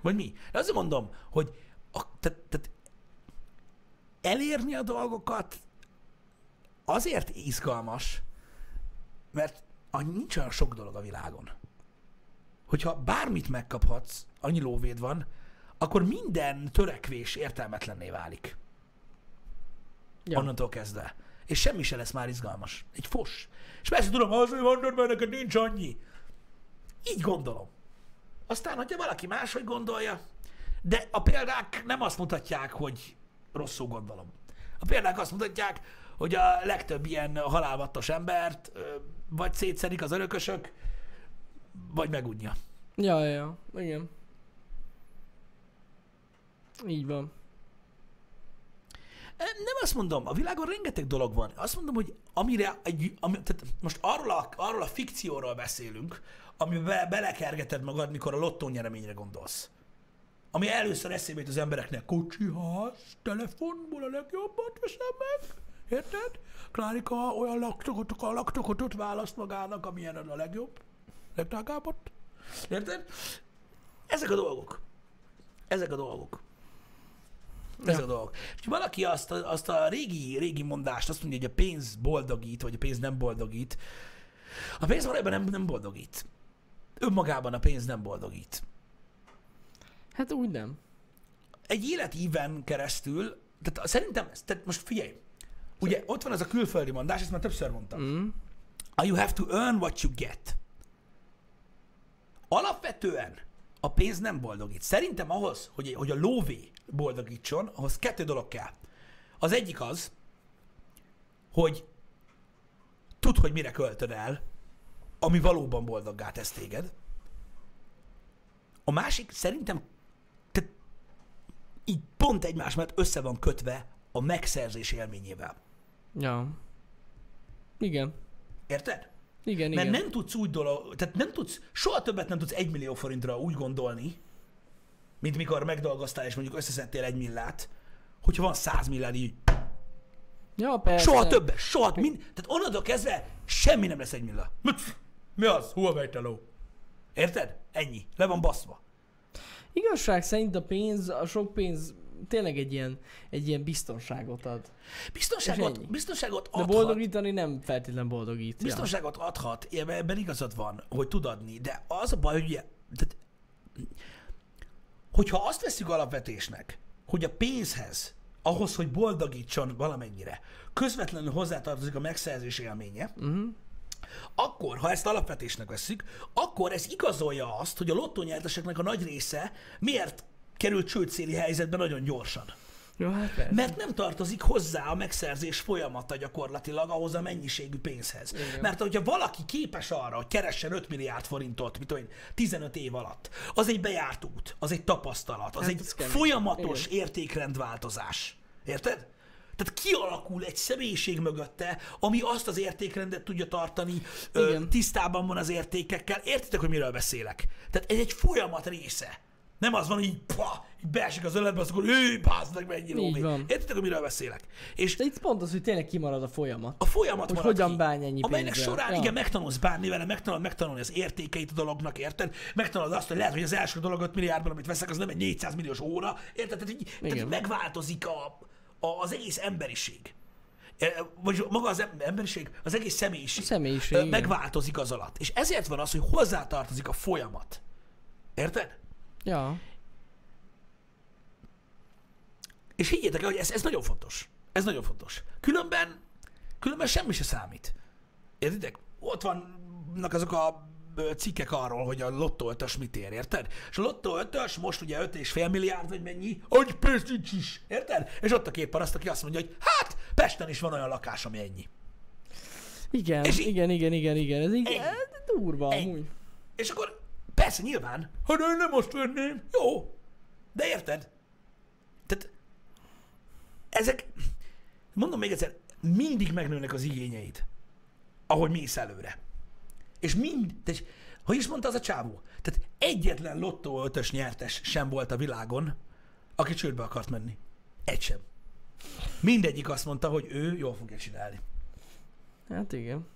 S1: Vagy mi? De azt mondom, hogy a, tehát, tehát elérni a dolgokat azért izgalmas, mert a, nincs olyan sok dolog a világon. Hogyha bármit megkaphatsz, annyi lóvéd van, akkor minden törekvés értelmetlenné válik. Ja.
S2: Ja.
S1: Onnantól kezdve. És semmi se lesz már izgalmas. Egy fos. És persze tudom, azért mondod, mert neked nincs annyi. Így gondolom. Aztán, hogyha valaki máshogy gondolja, de a példák nem azt mutatják, hogy rosszul gondolom. A példák azt mutatják, hogy a legtöbb ilyen halálvattos embert ö, vagy szétszedik az örökösök, vagy megunja.
S2: Ja, ja, ja, igen. Így van.
S1: Ö, Nem azt mondom, a világon rengeteg dolog van. Azt mondom, hogy amire, egy, ami, tehát most arról a, arról a fikcióról beszélünk, amiben belekergeted magad, mikor a lottó nyereményre gondolsz. Ami először eszébe jut az embereknek, kocsiház, telefonból a legjobbat veszem meg. Érted? Klárika olyan laktokotot, a laktokotot választ magának, amilyen az a legjobb, legdrágábbat. Érted? Ezek a dolgok. Ezek a dolgok. Ez
S2: Ja.
S1: a dolog. És ha valaki azt a, azt a régi, régi mondást, azt mondja, hogy a pénz boldogít, vagy a pénz nem boldogít. A pénz valójában nem, nem boldogít. Önmagában a pénz nem boldogít.
S2: Hát úgy nem.
S1: Egy életíven keresztül, tehát szerintem, tehát most figyelj, ugye ott van ez a külföldi mondás, ezt már többször mondtam.
S2: Mm.
S1: A you have to earn what you get. Alapvetően a pénz nem boldogít. Szerintem ahhoz, hogy, hogy a lóvé boldogítson, ahhoz kettő dolog kell. Az egyik az, hogy tudd, hogy mire költöd el, ami valóban boldoggá tesz téged. A másik szerintem te, így pont egymás mellett össze van kötve a megszerzés élményével.
S2: Ja. Igen.
S1: Érted?
S2: Igen,
S1: Mert
S2: igen.
S1: nem tudsz úgy dolog, tehát nem tudsz, soha többet nem tudsz egy millió forintra úgy gondolni, mint mikor megdolgoztál és mondjuk összeszedtél egy millát, hogyha van 100 milliárd, így
S2: Ja, persze.
S1: soha többet, soha, mind, tehát onnantól kezdve semmi nem lesz egy millió. Mi az? Huawei teló. Érted? Ennyi. Le van baszva.
S2: Igazság szerint a pénz, a sok pénz tényleg egy ilyen, egy ilyen biztonságot ad. És ennyi.
S1: Biztonságot, biztonságot
S2: De
S1: adhat.
S2: boldogítani nem feltétlen boldogít. Ja.
S1: Biztonságot adhat, ebben ebben igazad van, hogy tud adni, de az a baj, hogy ugye, tehát, hogyha azt veszük alapvetésnek, hogy a pénzhez, ahhoz, hogy boldogítson valamennyire, közvetlenül hozzátartozik a megszerzés élménye, uh-huh. akkor, ha ezt alapvetésnek veszük, akkor ez igazolja azt, hogy a lottónyerteseknek a nagy része miért került csődszéli helyzetbe nagyon gyorsan.
S2: Jó, hát persze.
S1: Mert nem tartozik hozzá a megszerzés folyamata gyakorlatilag ahhoz a mennyiségű pénzhez. Igen. Mert hogyha valaki képes arra, hogy keressen 5 milliárd forintot, mit tudom én, 15 év alatt, az egy bejárt út, az egy tapasztalat, az
S2: Hát
S1: egy
S2: ez kemény.
S1: folyamatos Igen. értékrendváltozás. Érted? Tehát kialakul egy személyiség mögötte, ami azt az értékrendet tudja tartani, ö,
S2: Igen.
S1: tisztában van az értékekkel. Értitek, hogy miről beszélek? Tehát ez egy folyamat része. Nem az van, hogy így, pah, így beesik az öletbe, azt akkor ő, bázd meg, mennyi lóvé.
S2: van.
S1: Értitek, hogy miről beszélek? És
S2: De itt pont az, hogy tényleg kimarad a folyamat.
S1: a folyamat
S2: Hogy
S1: marad
S2: hogyan
S1: ki,
S2: bánj ennyi
S1: amelynek
S2: pénzzel.
S1: során,
S2: Ja.
S1: igen, megtanulsz bánni vele, megtanulod megtanulni az értékeit a dolognak, érted? Megtanulod azt, hogy lehet, hogy az első dolog 5 milliárdban, amit veszek, az nem egy 400 milliós óra, érted? Tehát, így, tehát
S2: Igen.
S1: így megváltozik a, a, az egész emberiség. E, Vagyis maga az em- emberiség, az egész személyiség,
S2: A személyiség,
S1: ö,
S2: igen.
S1: megváltozik az alatt. És ezért van az, hogy hozzátartozik a folyamat. Érted?
S2: Ja.
S1: És higgyétek el, hogy ez, ez nagyon fontos. Ez nagyon fontos. Különben, különben semmi se számít. Értitek? Ott vannak azok a ö, cikkek arról, hogy a lottó ötös mit ér, érted? És a lottó ötös most ugye 5,5 milliárd, vagy mennyi, hogy pénz nincs is, érted? És ott a képparaszt, aki azt mondja, hogy hát, Pesten is van olyan lakás, ami ennyi.
S2: Igen,
S1: És í-
S2: igen, igen, igen, igen. Ez így
S1: Ennyi.
S2: ez durva
S1: Ennyi.
S2: amúgy.
S1: És akkor persze, nyilván, hát én nem azt venném. Jó, de érted? Tehát ezek, mondom még egyszer, mindig megnőnek az igényeid, ahogy mész előre. És mind, tehát, hogy is mondta az a csávó? Tehát egyetlen lottó ötös nyertes sem volt a világon, aki csődbe akart menni. Egy sem. Mindegyik azt mondta, hogy ő jól fogja csinálni.
S2: Hát igen.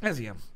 S1: Ez ilyen.